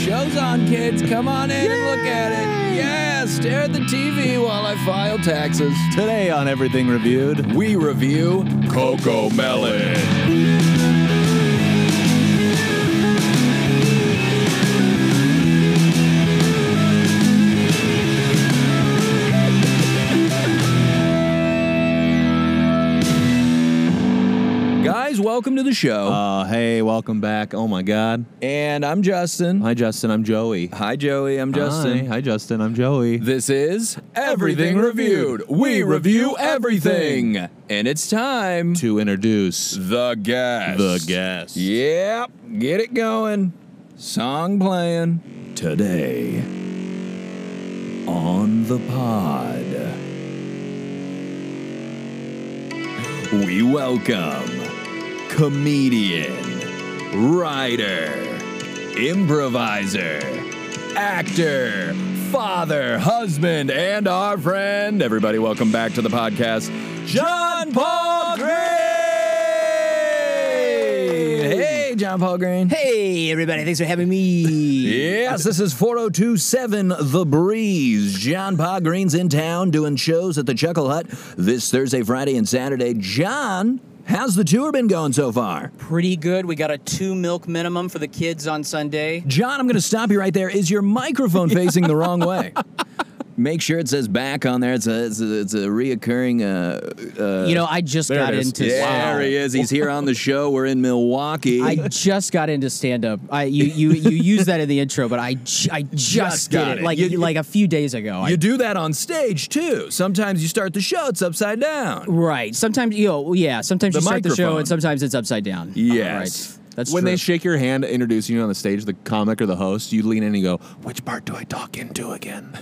Show's on, kids. Come on in and look at it. Yeah, stare at the TV while I file taxes. Today on Everything Reviewed, We review Coco Melon. Guys, welcome to the show. uh, hey, welcome back. Oh my God. and I'm Justin. Hi, Justin. I'm Joey. Hi, Joey. I'm Justin. Hi, Hi Justin. I'm Joey. This is Everything Reviewed. We review everything. And it's time to to introduce the guest. the guest. Yep. Get it going. Song playing. Today on the pod, we welcome comedian, writer, improviser, actor, father, husband, and our friend. Everybody, welcome back to the podcast, John Paul Green. Hey, John Paul Green. Hey, everybody, thanks for having me. Yes, this is 4027 The Breeze. John Pa Green's in town doing shows at the Chuckle Hut this Thursday, Friday, and Saturday. John, how's the tour been going so far? Pretty good. We got a two milk minimum for the kids on Sunday. John, I'm going to stop you right there. Is your microphone facing the wrong way? Make sure it says back on there. It's a, it's a, it's a reoccurring. Uh, uh, you know, I just there got it is. into there he is. He's here on the show. We're in Milwaukee. I just got into stand up. I you you you used that in the intro, but I j- I just, did got it it. like You- like a few days ago. I- you do that on stage too. Sometimes you start the show, it's upside down. right. Sometimes you know, yeah. Sometimes The you start the show microphone. and sometimes it's upside down. Yes. All right. That's when true. they shake your hand introducing you on the stage, the comic or the host, you lean in and you go, "Which part do I talk into again?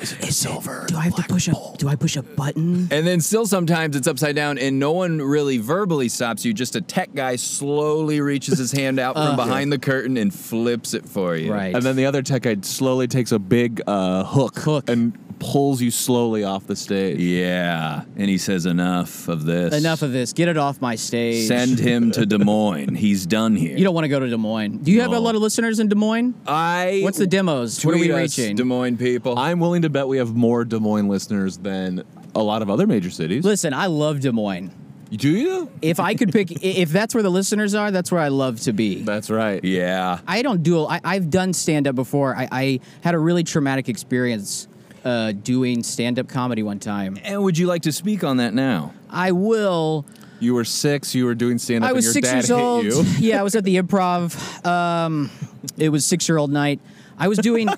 Is it the silver? do I have to push a do I push a button? And then still sometimes it's upside down and no one really verbally stops you. Just a tech guy slowly reaches his hand out from behind the curtain and flips it for you. Right. And then the other tech guy slowly takes a big uh, hook, Hook. and pulls you slowly off the stage. Yeah. And he says, enough of this. Enough of this. Get it off my stage. Send him to Des Moines. He's done here. You don't want to go to Des Moines. Do you have No. a lot of listeners in Des Moines? I. What's the demos? What are Tweet we us, reaching? Des Moines people. I'm willing to bet we have more Des Moines listeners than a lot of other major cities. Listen, I love Des Moines. Do you? If I could pick, i- if that's where the listeners are, that's where I love to be. That's right. yeah. I don't do. I, I've done stand up before. I, I had a really traumatic experience uh, doing stand up comedy one time. And would you like to speak on that now? I will. You were six. You were doing stand up. I was and your six dad years hit old. You. Yeah, I was at the improv. Um, it was six year old night. I was doing. I,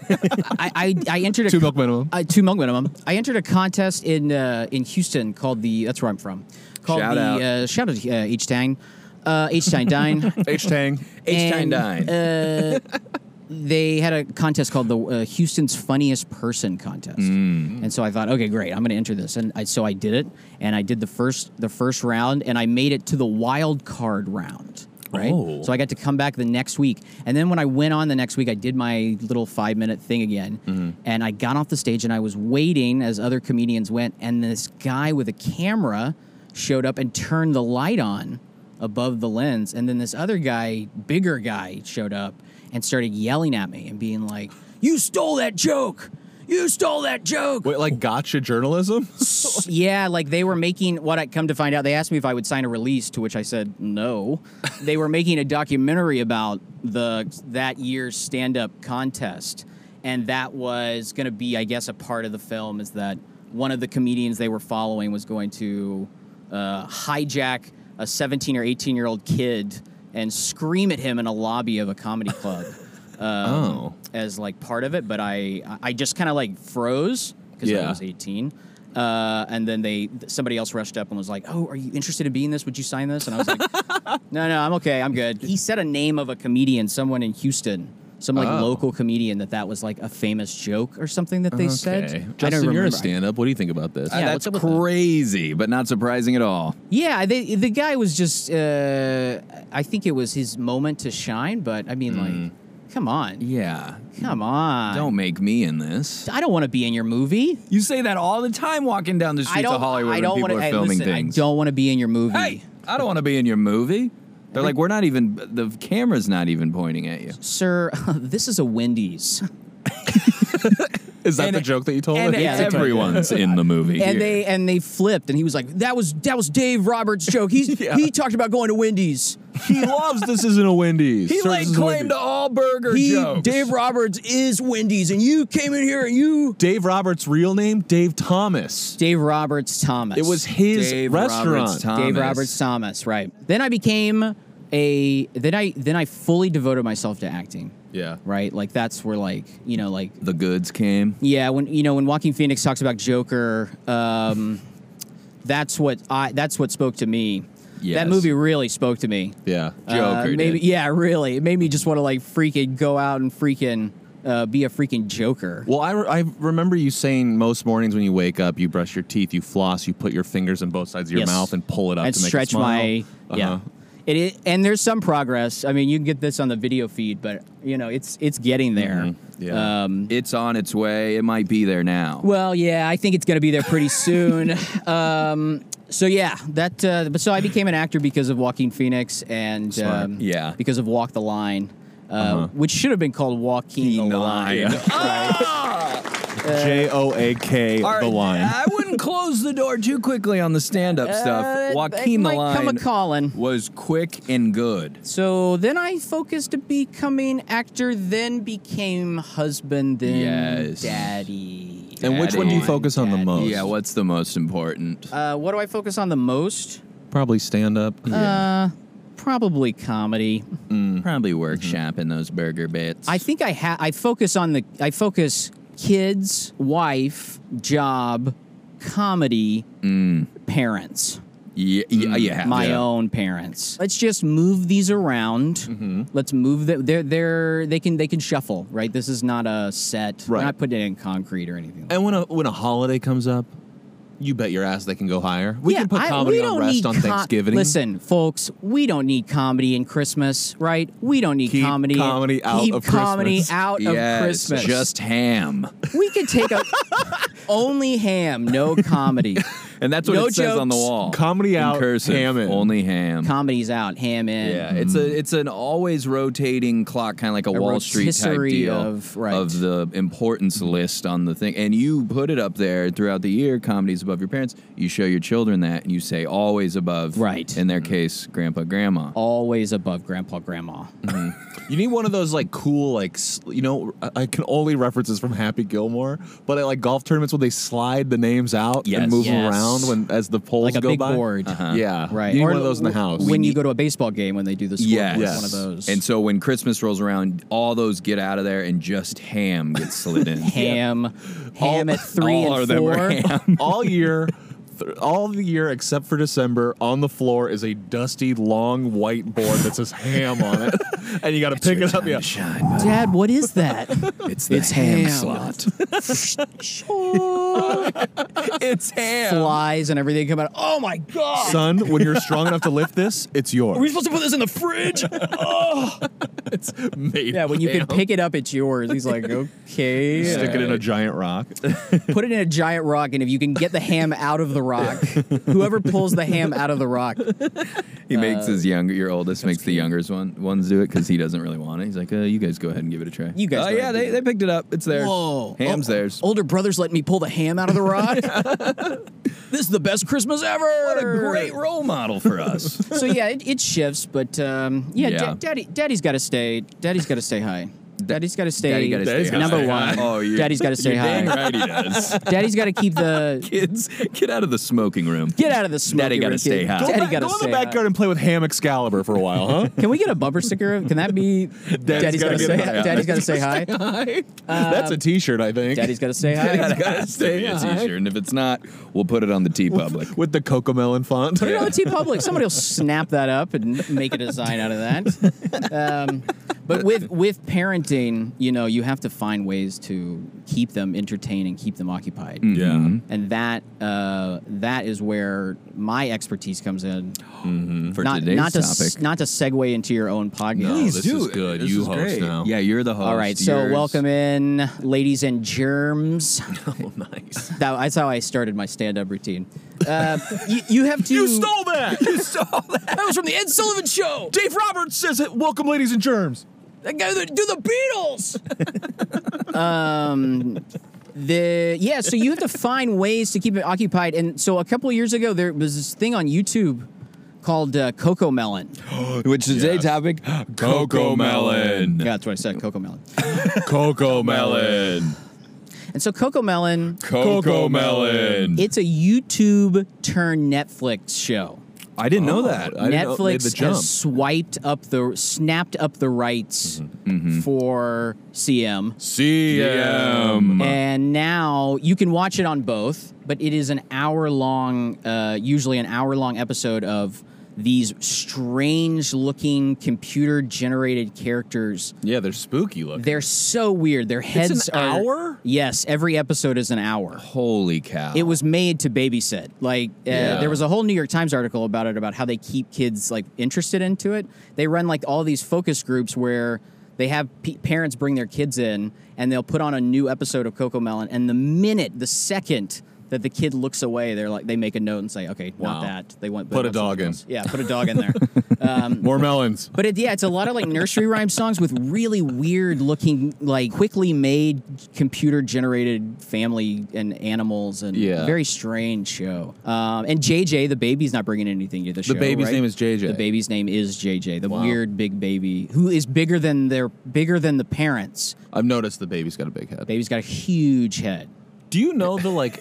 I I entered a Two milk minimum. Uh, two milk minimum. I entered a contest in uh, in Houston called the. That's where I'm from. Called Shout the out. Uh, shout out uh, H Tang, uh, H Tang Dine. H Tang. H. And, Tyndine. uh, they had a contest called the uh, Houston's Funniest Person contest, and so I thought, okay, great, I'm going to enter this, and I, so I did it, and I did the first the first round, and I made it to the wild card round, right? Oh. So I got to come back the next week, and then when I went on the next week, I did my little five minute thing again, and I got off the stage, and I was waiting as other comedians went, and this guy with a camera showed up and turned the light on above the lens. And then this other guy, bigger guy, showed up and started yelling at me and being like, You stole that joke! You stole that joke! Wait, like gotcha journalism? yeah, like they were making what I come to find out. They asked me if I would sign a release, to which I said no. they were making a documentary about the that year's stand up contest, and that was going to be, I guess, a part of the film is that one of the comedians they were following was going to uh, hijack a 17 or 18 year old kid and scream at him in a lobby of a comedy club. Um, Oh. as like part of it, but I I just kind of like froze because Yeah. I was 18. Uh, and then they somebody else rushed up and was like, "Oh, are you interested in being this? Would you sign this?" And I was like, "No, no, I'm okay. I'm good." He said a name of a comedian, someone in Houston, some like Oh. local comedian that that was like a famous joke or something that they said. I don't Justin, you're a remember. stand up. What do you think about this? Uh, yeah, That's what's up with that? crazy, but not surprising at all. Yeah, they, the guy was just. Uh, I think it was his moment to shine, but I mean, Mm. like, come on, Yeah. come on. Don't make me in this. I don't want to be in your movie. You say that all the time walking down the streets of Hollywood when people wanna- are hey, filming listen, things. I don't want to be in your movie. Hey, I don't want to be in your movie. They're like, we're not even, the camera's not even pointing at you. Sir, this is a Wendy's. Is that And- the joke that you told? And me? Yeah, that's everyone's in the movie. And here. they and they flipped and he was like, That was that was Dave Roberts' joke. He's Yeah. he talked about going to Wendy's. he loves this isn't a Wendy's. He Sir, laid this isn't a claim Wendy's. to all burger He jokes. Dave Roberts is Wendy's and you came in here and you Dave Roberts' real name, Dave Thomas. Dave Roberts Thomas. It was his Dave Roberts restaurant. Thomas. Dave Roberts Thomas, right. Then I became a then I then I fully devoted myself to acting. Yeah. Right? Like that's where like, you know, like The goods came. Yeah, when you know when Walking Phoenix talks about Joker, um, that's what I that's what spoke to me. Yes. That movie really spoke to me. Yeah. Uh, Joker did. maybe yeah, really. It made me just want to like freaking go out and freaking uh, be a freaking Joker. Well, I, re- I remember you saying most mornings when you wake up, you brush your teeth, you floss, you put your fingers in both sides of your Yes. mouth and pull it up and to make stretch it smile. my yeah. Uh-huh. It, i and there's some progress. I mean, you can get this on the video feed, but you know it's it's getting there. Mhm. Yeah. Um, It's on its way. It might be there now. Well, yeah, I think it's going to be there pretty soon. um, so yeah, that. Uh, but so I became an actor because of Walking Phoenix and Smart. Uh-huh. um, Yeah. because of Walk the Line, uh, which should have been called Walking the Line. J O A K All right, the line. I wouldn't close the door too quickly on the stand-up Uh, stuff. it Joaquin the might come line a calling. was quick and good. So then I focused to becoming actor, then became husband, then Yes. daddy. and which one do you Daddy. focus on the Daddy. most? Mm-hmm. Yeah, what's the most important? Uh, what do I focus on the most? Probably stand up. Uh, probably comedy. Probably workshopping those burger bits. I think I ha- I focus on the I focus kids, wife, job, comedy, Mm. parents. yeah, yeah, you have My to. own parents. Let's just move these around. Mm-hmm. Let's move them. They're they're they can they can shuffle. Right. This is not a set. We're Right. not putting it in concrete or anything. And when a when a holiday comes up, you bet your ass they can go higher. We Yeah, can put I- comedy we on don't rest need on co- Thanksgiving. Listen, folks, we don't need comedy in Christmas, right? We don't need Keep comedy. comedy out keep of comedy Christmas. out Yes, of Christmas. just ham. we could take a only ham, no comedy. And that's what No it says on the jokes. wall. Comedy In out, cursive, ham in. only ham. Comedy's out, ham in. yeah, it's a it's an always rotating clock, kind of like a, Mm-hmm. A Wall Street type rotisserie deal of- right. Mm-hmm. of the importance list on the thing. And you put it up there throughout the year. Comedy's above your parents. You show your children that, and you say always above. Right. Mm-hmm. In their case, grandpa, grandma. Always above grandpa, grandma. You need one of those like cool like s- you know I- I can only reference this from Happy Gilmore, but at like golf tournaments when they slide the names out Yes. and move Yes. them around when as the polls Like a go big by. Uh-huh. board. Yeah, Right. You need Or one of those in the w- house. When you go to a baseball game when they do the scoreboard, Yes. it's one of those. And so when Christmas rolls around, all those get out of there, and just ham gets slid in. ham, ham at three all and of them four. are ham. all year, th- all the year except for December, on the floor is a dusty long white board that says ham on it, and you got to pick Your it up. time Yeah. to shine, bud. Dad, what is that? It's the It's ham, ham. slot. it's ham. Flies and everything come out. Oh my god! Son, when you're strong enough to lift this, it's yours. Are we supposed to put this in the fridge? Made yeah, when you can ham. pick it up, it's yours. He's like, okay. stick it in a giant rock. put it in a giant rock, and if you can get the ham out of the rock, whoever pulls the ham out of the rock, Uh, He makes his younger, your oldest makes the younger's one ones do it because he doesn't really want it. He's like, uh, you guys go ahead and give it a try. You guys Oh go yeah, ahead and they, give they it- picked it up. It's theirs. Whoa. Oh, Ham's Oh, theirs. older brother's letting me pull the ham out of the rock. this is the best Christmas ever. What a great role model for us. So yeah, it, it shifts, but um, yeah, Yeah. Da- daddy, daddy's got to stay. Daddy's got to stay high. Daddy's got to stay. Daddy gotta Daddy's stay gotta number stay one. high. Oh, you- daddy's got to stay you're high. dang right he does. Daddy's got to keep the Kids, get out of the smoking room. get out of the smoke. Daddy gotta stay high. Go Daddy back- got to go stay in the backyard high. and play with ham Excalibur for a while, huh? Can we get a bumper sticker? Can that be? daddy's got gotta to get stay. high. High. Daddy's got to stay high. That's a T-shirt, I think. Um, Daddy's got to stay high. It's gotta stay a high. t-shirt, and if it's not, we'll put it on the T public. with the cocomelon font. Put it on the T Public. Somebody will snap that up and make a design out of that. Um, but with with parenting, you know, you have to find ways to keep them entertained and keep them occupied. Hmm. Yeah. And that uh, that is where my expertise comes in. For not today's not to topic, s- not to segue into your own podcast. Please this is good. You host now. Yeah, you're the host. All right, so Yours- welcome in, ladies and germs. Oh, nice. That- that's how I started my stand-up routine. Uh, you, you have to. You stole that. You saw that. That was from the Ed Sullivan Show. Dave Roberts says it. Welcome, ladies and germs. That guy that do the Beatles. um, the yeah. So you have to find ways to keep it occupied. And so a couple of years ago, there was this thing on YouTube called uh, Coco Melon. Which is today's Yes. topic Coco melon. Yeah, that's what I said. Coco Melon. Coco melon. And so Coco Melon, Coco melon. it's a YouTube turn Netflix show. I didn't know that. I didn't know, made the Oh, Netflix jump. has swiped up the snapped up the rights Mm-hmm. for CM. CM. And now you can watch it on both, but it is an hour long, uh, usually an hour long episode of these strange looking computer generated characters. Yeah, they're spooky looking. They're so weird. Their heads an are. hour? Yes, every episode is an hour. Holy cow. It was made to babysit. Like uh, Yeah. there was a whole New York Times article about it about how they keep kids like interested into it. They run like all these focus groups where they have p- parents bring their kids in and they'll put on a new episode of Coco Melon and the minute, the second that the kid looks away, they're like they make a note and say, "Okay, Wow. not that." They want they Put a want something dog in. else. Yeah, put a dog in there. um, More melons. but it, yeah, it's a lot of like nursery rhyme songs with really weird looking, like quickly made computer generated family and animals and Yeah. very strange show. Um, and JJ, the baby's not bringing anything to the, show. baby's right? name is JJ. The baby's name is JJ, the weird big baby who is bigger than their bigger than the parents. I've noticed the baby's got a big head. Baby's got a huge head. Do you know the like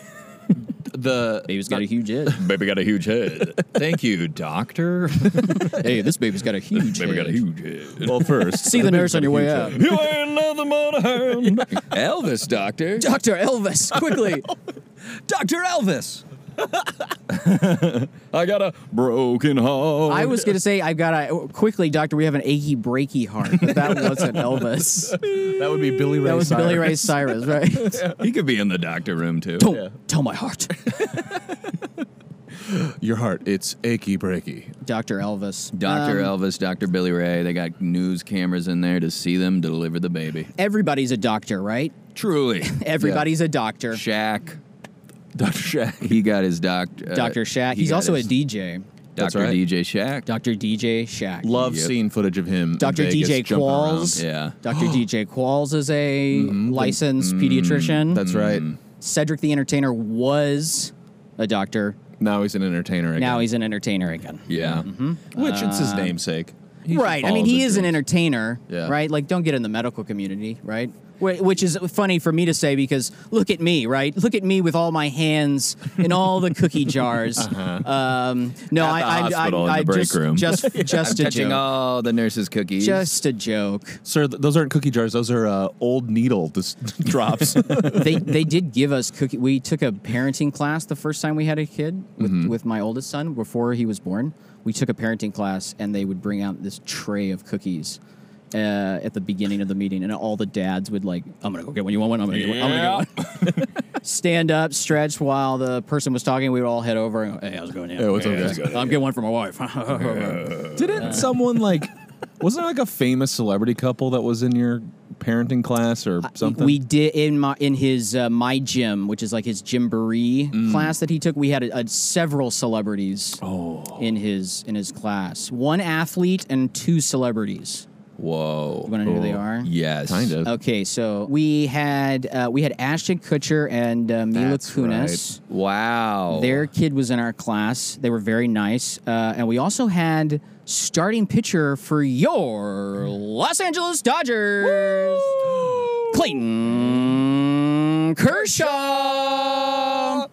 the Baby's got a huge head. Baby got a huge head. Thank you, doctor. hey, this baby's got a huge head. huge head. well first See the nurse on your way out. You ain't nothing but a hound. Elvis, doctor. Dr. Elvis, quickly. Dr. Elvis. I got a broken heart. I was going to say, I've got a quickly, doctor. We have an achy, breaky heart. But that wasn't Elvis. that would be Billy Ray. that was Billy Ray Cyrus. Cyrus, right? He could be in the doctor room too. Don't Yeah. tell my heart, Your heart, it's achy breaky. Doctor Elvis. Dr. Um, Elvis, Dr. Billy Ray, they got news cameras in there to see them deliver the baby. Everybody's a doctor, right? Truly. Everybody's a doctor. Shaq. Dr. Shaq. He got his uh, doctor. Dr. Shaq. He's also a DJ. That's Dr. right. DJ Shaq. Dr. DJ Shaq. Love Yep. seeing footage of him. in Dr. Vegas DJ jumping around. Mm-hmm. Qualls. Yeah. Dr. DJ Qualls is a licensed pediatrician. That's right. Cedric the Entertainer was a doctor. Now he's an entertainer again. Now uh, he's an entertainer again. yeah, which it's his namesake. He Mm-hmm. right. I mean, follows he his is an dreams. entertainer, Yeah. right? Like, don't get in the medical community, right? Wh- Which is funny for me to say because look at me, right? Look at me with all my hands in all the cookie jars. um, no, Uh-huh. At the I, I, I, hospital in I the break just, room. just, just I'm a touching joke. all the nurses' cookies. just a joke. Sir, th- those aren't cookie jars. Those are uh, old needle dis- drops. they they did give us cookie. We took a parenting class the first time we had a kid with, Mm-hmm. with my oldest son before he was born. We took a parenting class, and they would bring out this tray of cookies uh, at the beginning of the meeting, and all the dads would like, "I'm gonna go get one. You want one? I'm gonna get one. I'm gonna get one." Stand up, stretch while the person was talking. We would all head over. And, go, hey, how's it going? Yeah, Hey, what's up, guys?" I'm getting one for my wife. Didn't someone like? Wasn't there like a famous celebrity couple that was in your parenting class or something? We did in my in his uh, my gym, which is like his gymboree Mm. class that he took. We had a, a, several celebrities Oh. in his in his class. One athlete and two celebrities. Whoa. You want to know who they are? Yes. kind of. Okay, so we had uh, we had Ashton Kutcher and uh, Mila That's Kunis. Wow. Their kid was in our class. They were very nice, uh, and we also had starting pitcher for your Los Angeles Dodgers, Clayton Kershaw.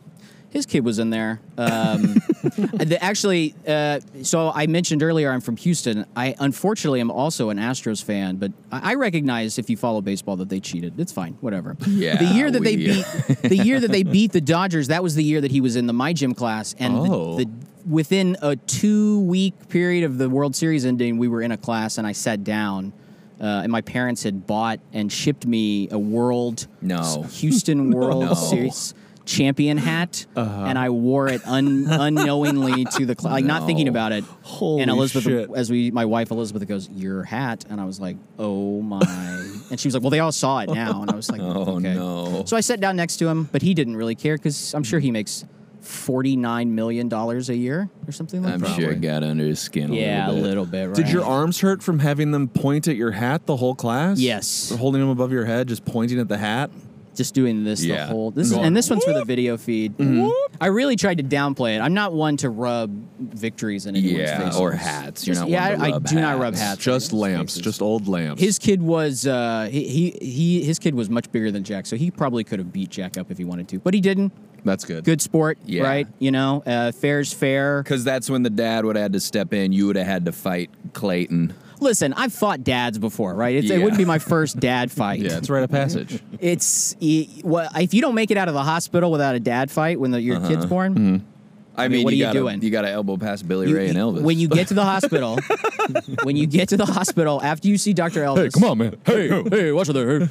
His kid was in there. Um, the, actually, uh, so I mentioned earlier I'm from Houston. I unfortunately am also an Astros fan, but I, I recognize if you follow baseball that they cheated. It's fine, whatever. Yeah, the year that they we- beat the year that they beat the Dodgers, that was the year that he was in the my gym class, and the- Oh. the, within a two week period of the World Series ending, we were in a class, and I sat down, uh, and my parents had bought and shipped me a World No. Houston World No. Uh-huh. Series champion hat, and I wore it un- unknowingly to the class, like not thinking No. about it. Holy and Elizabeth, shit. as we, my wife Elizabeth goes, "Your hat," and I was like, "Oh my." And she was like, "Well, they all saw it now," and I was like, Oh, okay. no. So I sat down next to him, but he didn't really care because I'm sure he makes forty-nine million dollars a year or something like I'm that. sure it got under his skin a Yeah, a little bit. little bit. Right? Did your arms hurt from having them point at your hat the whole class? Yes. Or holding them above your head, just pointing at the hat. just doing this Yeah. the whole this is, Going, and this one's for the video feed. Mm-hmm. I really tried to downplay it. I'm not one to rub victories in anyone's Yeah, face. or hats. You're Just- not yeah, one to I- I rub do not rub hats. Just lamps, faces. just old lamps. His kid was uh, he, he he his kid was much bigger than Jack, so he probably could have beat Jack up if he wanted to, but he didn't. That's good. Good sport, Yeah. right? You know, uh, fair's fair. Because that's when the dad would have had to step in. You would have had to fight Clayton. Listen, I've fought dads before, right? It's, It Yeah. wouldn't be my first dad fight. Yeah, it's right of passage. It's it, well, if you don't make it out of the hospital without a dad fight when the, your Uh-huh. kid's born, I, mean, mean, what you are you gotta, doing? You got to elbow past Billy you- Mm-hmm. Ray and Elvis. When you get to the hospital, when you get to the hospital after you see Doctor Elvis, hey, come on, man. Hey, hey, watch there.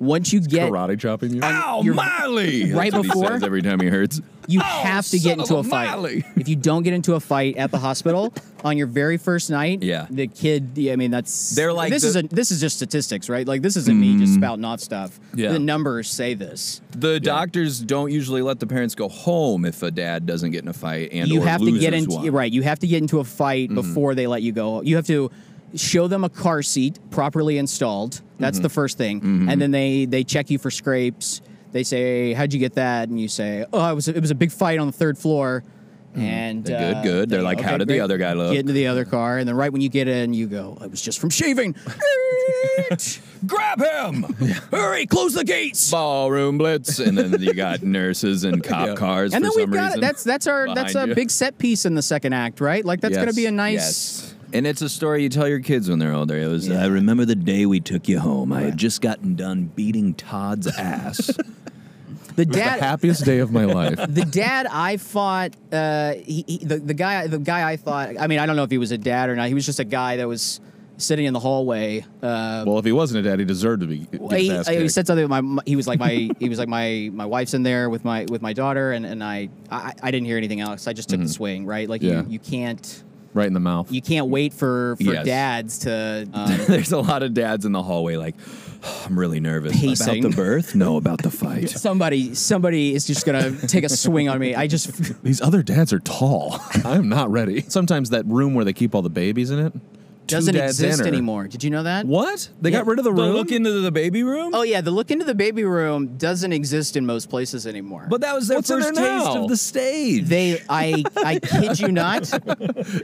Once you get, Karate chopping you. Ow, you're- Miley! right That's what he before- says every time he hurts. you Oh, have to get son into a of fight. Miley. If you don't get into a fight at the hospital on your very first night, Yeah. the kid. Yeah, I mean, that's They're like this the- Mm-hmm. is a, this is just statistics, right? Like this isn't me just spouting off stuff. Yeah. the numbers say this. The doctors don't usually let the parents go home if a dad doesn't get in a fight and you or Mm-hmm. have to get loses into one. right. You have to get into a fight before they let you go. You have to show them a car seat properly installed. Mm-hmm. That's the first thing, and then they they check you for scrapes. They say, "How'd you get that?" And you say, "Oh, it was a, it was a big fight on the third floor." Mm-hmm. And They're good, uh, good. They're they- like, "Okay, "How did the great." other guy look?" Get into the other car, and then right when you get in, you go, "I was just from shaving." Grab him! Hurry, close the gates. Ballroom blitz, and then you got nurses and cop cars. and for then some we've got reason it. That's that's our that's behind a you. big set piece in the second act, right? Like that's going to Yes, be a nice. yes. And it's a story you tell your kids when they're older. It was. Yeah. I remember the day we took you home. I had just gotten done beating Todd's ass. The the dad, happiest day of my life. the dad I fought, uh, he, he, the the guy, the guy I thought. I mean, I don't know if he was a dad or not. He was just a guy that was sitting in the hallway. Uh, well, if he wasn't a dad, he deserved to be. get his he, ass he kicked. said something. My, my he was like my he was like my my wife's in there with my with my daughter, and and I I, I didn't hear anything else. I just took the swing, right? Like Mm-hmm. Yeah. you, you can't right in the mouth. you can't wait for for Yes. dads to. Um, There's a lot of dads in the hallway like, I'm really nervous Pacing. about the birth. No, about the fight. Somebody, somebody is just gonna take a swing on me. I just These other dads are tall. I'm not ready. Sometimes that room where they keep all the babies in it two doesn't dads exist enter. anymore. Did you know that? What? They got rid of the room. Look into the baby room. Oh yeah, the look into the baby room doesn't exist in most places anymore. But that was their What's in first there taste now? of the stage. they, I, I kid you not.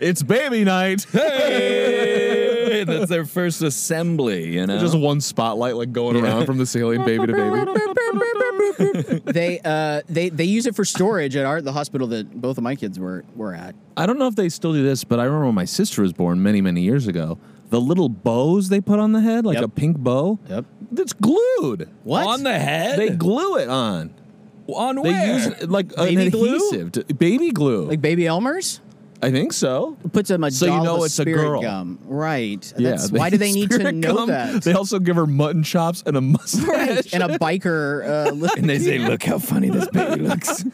it's baby night. Hey! That's their first assembly, you know. Just one spotlight like going around from the ceiling, baby to baby. They, uh, they, they use it for storage at our the hospital that both of my kids were were at. I don't know if they still do this, but I remember when my sister was born many, many years ago. The little bows they put on the head, like Yep. a pink bow, Yep. that's glued. What? on the head? They glue it on. on They where? use it like Baby an glue? adhesive, to, baby glue. like baby Elmer's I think so. puts them a So you doll know with it's a spirit girl. gum, right? Yeah, That's, why do they need to spirit know gum, that? They also give her mutton chops and a mustache. Right, and a biker. Uh, look- and they say, "Look how funny this baby looks."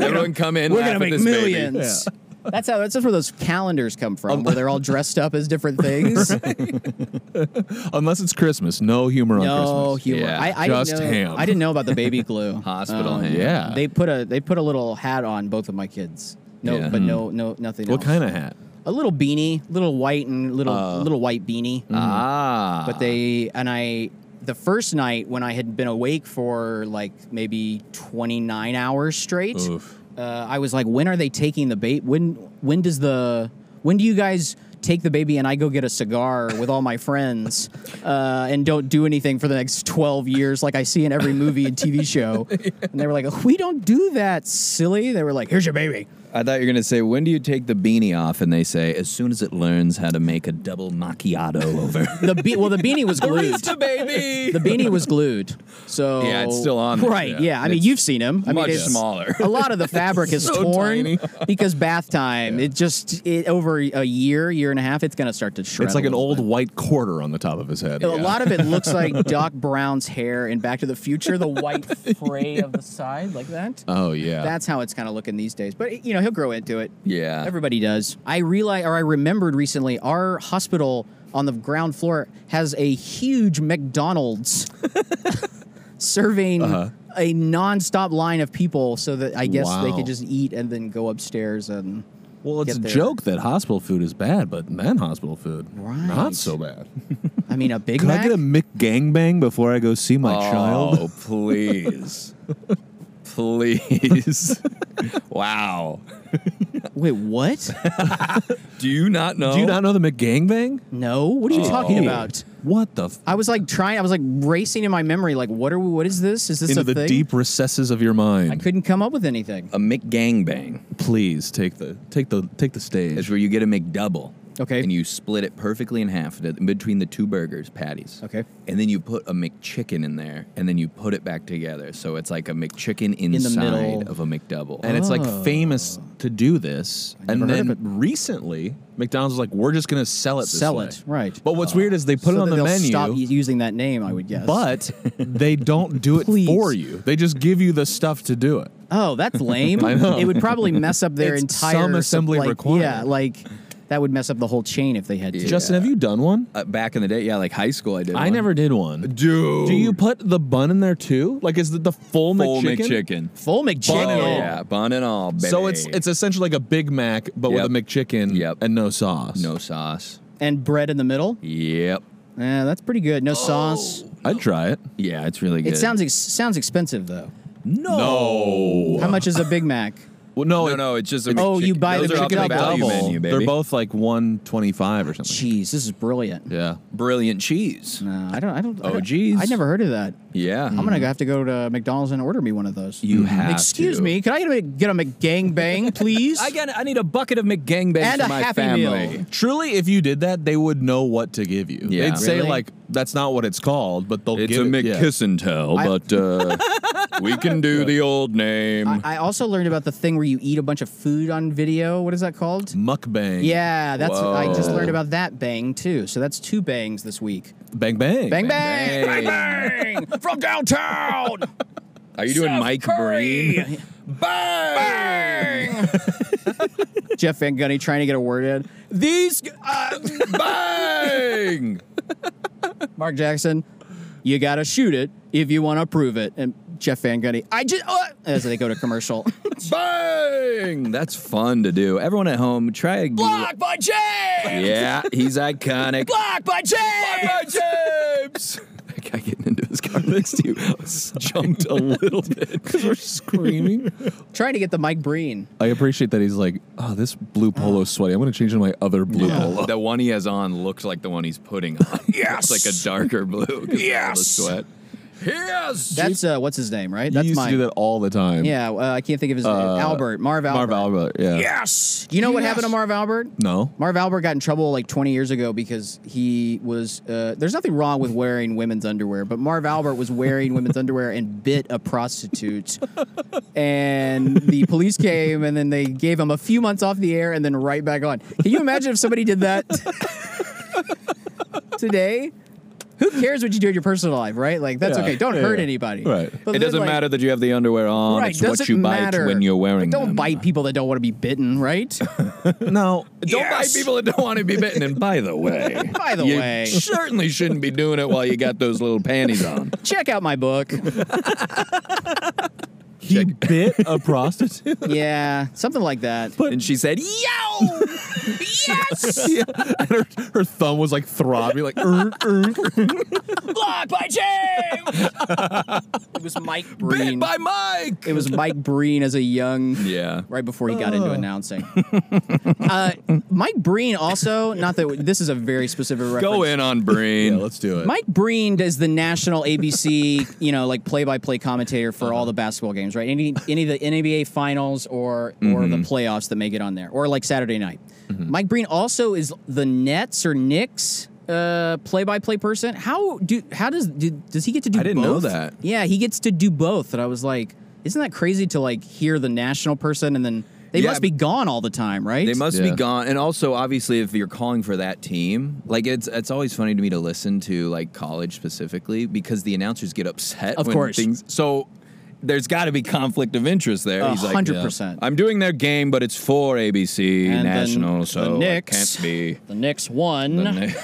Everyone come in. we're laugh gonna at make this baby. millions. That's how. That's where those calendars come Um, from, where they're all dressed up as different things. Unless it's Christmas, no humor No on Christmas. humor. Yeah, I, I just didn't know, ham. I didn't know about the baby glue. Um, Hospital ham. Yeah. They put a they put a little hat on both of my kids. No, Yeah. Hmm. but no, no, nothing. What else. kind of hat? Mm. A little beanie, little white and little little white beanie. Oh. Ah, But they and I the first night when I had been awake for like maybe twenty nine hours straight. Oof. Uh, I was like, when are they taking the bait? When when does the when do you guys take the baby and I go get a cigar with all my friends uh, and don't do anything for the next twelve years like I see in every movie and TV show? And they were like, we don't do that, silly. They were like, here's your baby. I thought you were gonna say, "When do you take the beanie off?" And they say, "As soon as it learns how to make a double macchiato over." The be- well, the beanie was glued. baby. The beanie was glued, so Yeah, it's still on there, Right? yeah. Yeah, I mean, It's you've seen him. I much mean, it's- smaller. A lot of the fabric is So torn tiny. because bath time. It just it, over a year, year and a half, it's going to start to shred. It's like a an little old bit. white quarter on the top of his head. A lot of it looks like Doc Brown's hair in Back to the Future, the white fray of the side, like that. Oh yeah. That's how it's kind of looking these days. But you know, he'll grow into it. Yeah. Everybody does. I realized or I remembered recently our hospital on the ground Uh-huh. floor has a huge McDonald's serving uh a nonstop line of people so that I guess they Wow. could just eat and then go upstairs and. Well, it's Get a there. joke that hospital food is bad, but man, hospital food Right. not so bad. I mean, a Big Can Mac. I get a McGangbang before I go see my child? Oh, please. please. wow. Wait, what? Do you not know? Do you not know the McGangbang? no, what are you talking Oh. about? What the? F- I was like trying. I was like racing in my memory. Like, what are we? What is this? Is this into a the thing? deep recesses of your mind. I couldn't come up with anything. A McGangbang Please take the take the take the is stage. where you get a McDouble. Okay. And you split it perfectly in half in between the two burgers patties. Okay. And then you put a McChicken in there, and then you put it back together. So it's like a McChicken the inside middle. of a McDouble. And it's like famous to do this. never And heard of then it. recently, McDonald's was like, we're just gonna sell it. This Sell way." it, right. But what's weird is they put So it on that the they'll menu. Stop u- using that name, I would guess. but they don't do it Please. for you. They just give you the stuff to do it. oh, that's lame. I know. It would probably mess up their It's entire some assembly like, required. Yeah, like that would mess up the whole chain if they had to. Justin, have you done one? Uh, back in the day, yeah, like high school, I did. I one. never did one. Dude. Do you put the bun in there too? Like, is it the full, full McChicken? McChicken? full Bun McChicken. and all. Yeah, bun and all. Baby. So it's it's essentially like a Big Mac, but Yep. with a McChicken Yep. and no sauce. no sauce. and bread in the middle. Yep. Yeah, that's pretty good. Oh, No sauce. I'd try it. Yeah, it's really good. It sounds ex- sounds expensive though. no. No. How much is a Big Mac? Well, no, No, it- no, it's just a Oh, McChicken. you buy Those the are off the McDouble. value double. menu, baby. They're both like one twenty five or something. Jeez, this is brilliant. Yeah. brilliant cheese. No, I don't. I don't. I Oh, don't- geez. I never heard of that. Yeah. I'm gonna have to go to McDonald's and order me one of those. Mm-hmm. You have Excuse to. me, can I get a, get a McGangbang, please? I got. I need a bucket of McGangbangs And for a my Happy family. Meal. Truly, if you did that, they would know what to give you. Yeah. They'd say Really? like, "That's not what it's called," but they'll It's a give it. yeah. McKiss and tell, I- but uh, we can do the old name. I, I also learned about the thing where you eat a bunch of food on video. What is that called? mukbang. Yeah, that's I just Whoa. learned about that bang too. So that's two bangs this week. Bang bang. Bang Bang, bang. bang, bang bang, from downtown. Are you doing Mike Breen? Bang! Jeff Van Gunny trying to get a word in. These uh, Bang! Mark Jackson, you gotta shoot it if you want to prove it. And Jeff Van Gunny, I just uh, as they go to commercial. Bang! That's fun to do. Everyone at home, try a by James. Yeah, he's iconic. Block by James. James! That guy getting into his car next to you jumped a little bit. We're screaming. Trying to get the Mike Breen. I appreciate that he's like, "Oh, this blue polo sweaty. I'm gonna change it to my other blue polo." The one he has on looks like the one he's putting on. Yes. It's like a darker blue. Yes. The sweat. Yes. That's uh, what's his name, right? You That's used mine. to do that all the time. Yeah, uh, I can't think of his name. Albert, Marv Albert. Marv Albert. Yeah. Yes. You know what happened to Marv Albert? No. Marv Albert got in trouble like 20 years ago because he was. Uh, there's nothing wrong with wearing women's underwear, but Marv Albert was wearing women's underwear and bit a prostitute. and the police came and then they gave him a few months off the air and then right back on. Can you imagine if somebody did that today? Who cares what you do in your personal life, right? Like, that's Yeah, okay. Don't yeah, hurt yeah. anybody. Right. But it then, doesn't like- matter that you have the underwear on. Right. it's doesn't what you matter. bite when you're wearing Like, don't them. bite people that don't want to be bitten, right? No. Don't Yes. bite people that don't want to be bitten. And by the way, By the you way. certainly shouldn't be doing it while you got those little panties on. Check out my book. He bit a prostitute. Yeah, something like that. And she said, "Yo, yes, yeah. And her, her thumb was like throbbing, like. "Er, er, er." Blocked by James. it was Mike bit Breen. by Mike." It was Mike Breen as a young, yeah. right before he got into announcing. uh, Mike Breen also, not that this is a very specific reference. Go in on Breen. Yeah, let's do it. Mike Breen is the national ABC, you know, like play-by-play commentator for all the basketball games, right? Any any of the NBA finals or or Mm-hmm. the playoffs that make it on there, or like Saturday night. Mike Breen also is the Nets or Knicks uh, play-by-play person. How do how does do, does he get to do? I didn't know both? that. Yeah, he gets to do both, and I was like, isn't that crazy to like hear the national person and then they Yeah, must be gone all the time, right? They must be Yeah. gone. And also, obviously, if you're calling for that team, like it's it's always funny to me to listen to like college specifically because the announcers get upset. Of when course. things so. There's got to be conflict of interest there. A He's like, hundred percent. I'm doing their game, but it's for ABC And then National, the so it Knicks. can't be. The Knicks won. the Knick-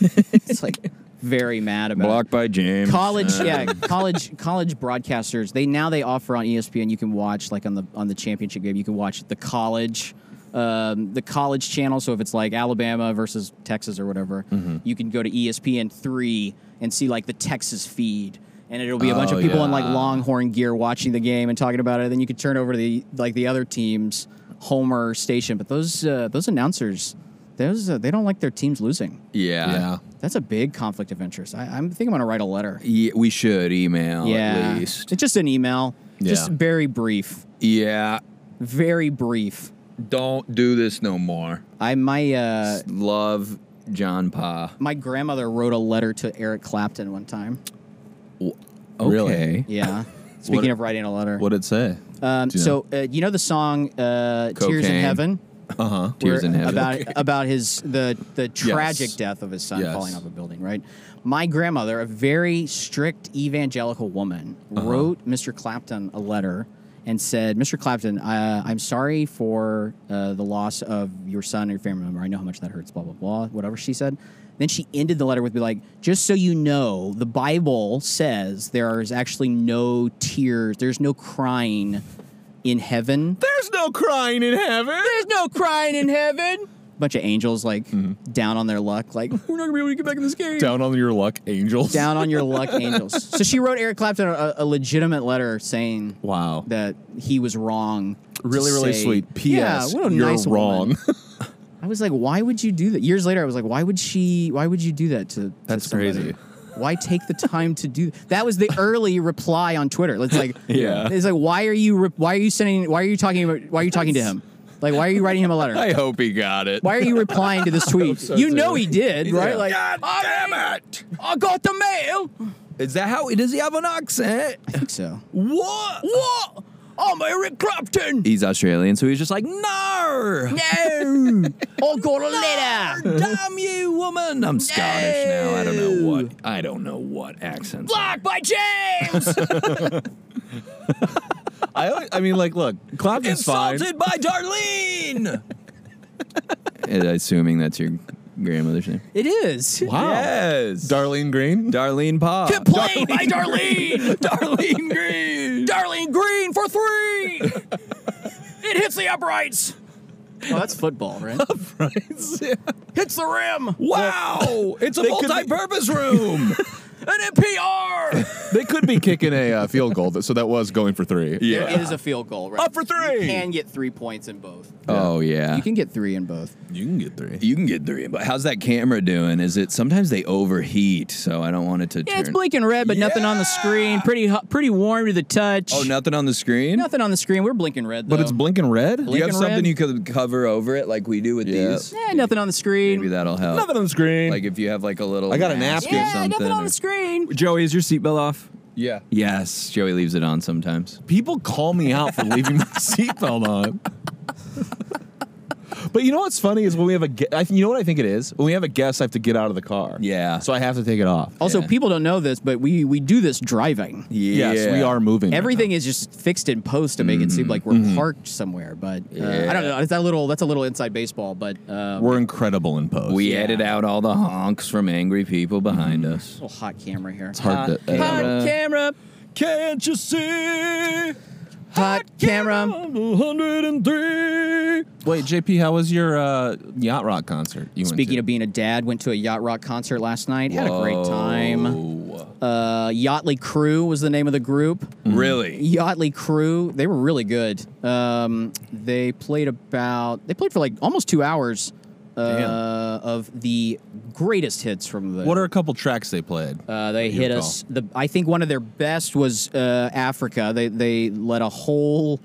It's like, very mad about. Blocked by James. college yeah college college broadcasters they now they offer on E espn you can watch like on the on the championship game you can watch the college um, the college channel so if it's like alabama versus texas or whatever Mm-hmm. you can go to E espn 3 and see like the texas feed and it'll be a bunch Oh, of people in like yeah. longhorn gear watching the game and talking about it then you could turn over to the like the other team's homer station but those uh, those announcers those uh, they don't like their teams losing Yeah. Yeah. that's a big conflict of interest I, I'm think I'm gonna write a letter Ye- we should email yeah. Oh, at least. It's just an email. Just Yeah. very brief. Yeah. Very brief. Don't do this no more. I my uh Love John Pa. my grandmother wrote a letter to Eric Clapton one time. Really? Okay. Yeah. Speaking What- of writing a letter. What'd it say? um, do you so uh, you know the song uh, Tears in Cocaine. Heaven? Uh huh. Tears in where- Heaven. about about his the the tragic Yes. death of his son Yes. falling off a building. Right, my grandmother, a very strict evangelical woman, wrote Mr. Clapton a letter and said, "Mr. Clapton, uh, I'm sorry for uh, the loss of your son and your family member. I know how much that hurts. Blah blah blah. Whatever she said." Then she ended the letter with, "Be like, just so you know, the Bible says there is actually no tears. There's no crying." In heaven, There's no crying in heaven. there's no crying in heaven. Bunch of angels like down on their luck, like we're not gonna be able to get back in this game. Down on your luck, angels. Down on your luck, angels. So she wrote Eric Clapton a, a legitimate letter saying Wow. that he was wrong. to Really, really say- sweet. P.S. Yeah, what a you're nice wrong. woman. I was like, why would you do that? Years later, I was like, why would she? Why would you do that to? to That's somebody? crazy. Why take the time to do that? Was the early reply on Twitter? It's like, Yeah. it's like, why are you? Re- why are you sending? Why are you talking? about- Why are you talking to him? Like, why are you writing him a letter? I hope he got it. Why are you replying to this tweet? so, you too. know he did, right? did. Like, God damn it! I got the mail. Is that how? Does he have an accent? I think so. What? What? I'm Eric Clapton. He's Australian, so he's just like, no! No, I got a letter. Damn you, woman! I'm Scottish now. I don't know what. I don't know what accents. Black by James. I, I mean, like, look, Clapton's fine. Insulted by Darlene. Assuming that's your grandmother's name. it is. Wow. Yes. Darlene Green. Darlene Pa. Play by Darlene. Darlene Green. Darlene Green for three. it hits the uprights. Oh, that's football, right? Hits the rim. Wow! It's a They could be- multi-purpose room. An NPR. they could be kicking a uh, field goal, that- so that was going for three. It is a field goal, right? Up for three. You can get three points in both. Oh yeah. You can get three in both. You can get three. You can get three, but how's that camera doing? Is it sometimes they overheat, so I don't want it to Yeah, turn. it's blinking red, but nothing on the screen. Pretty hu- pretty warm to the touch. Oh, nothing on the screen. nothing on the screen. We're blinking red, though. But it's blinking Do red? you have blinking something red. you could cover over it, like we do with Yeah. these? yeah, nothing on the screen. Maybe that'll help. Nothing on the screen. Like if you have like a little. I got a mask napkin. or Yeah, something. nothing on or- the screen. Joey, is your seatbelt off? yeah. Yes, Joey leaves it on sometimes. People call me out for leaving my seatbelt on. But you know what's funny is when we have a gue- I th- you know what I think it is when we have a guest I have to get out of the car Yeah. so I have to take it off Also, Yeah. people don't know this, but we we do this driving. Yeah. yes we are moving right Everything is just fixed in post to make it Mm-hmm. seem like we're parked somewhere. But uh, I don't know. It's that little. That's a little inside baseball. But uh, now. we're incredible in post We Yeah. edit out all the honks from angry people behind Mm. us. little hot camera here. it's hard to uh, edit. Hot camera. can't you see Hot camera. 103 wait JP how was your uh, yacht rock concert you Speaking of went being a dad, went to a yacht rock concert last night. Had a Oh. great time. Whoa. Uh, Yachtly Crew was the name of the group. Really? Yachtly Crew, they were really good. Um, they played about they played for like almost two hours uh, of the greatest hits from the. to? what are a couple tracks they played uh, they you hit recall? us? The I think one of their best was uh, Africa. They they led a whole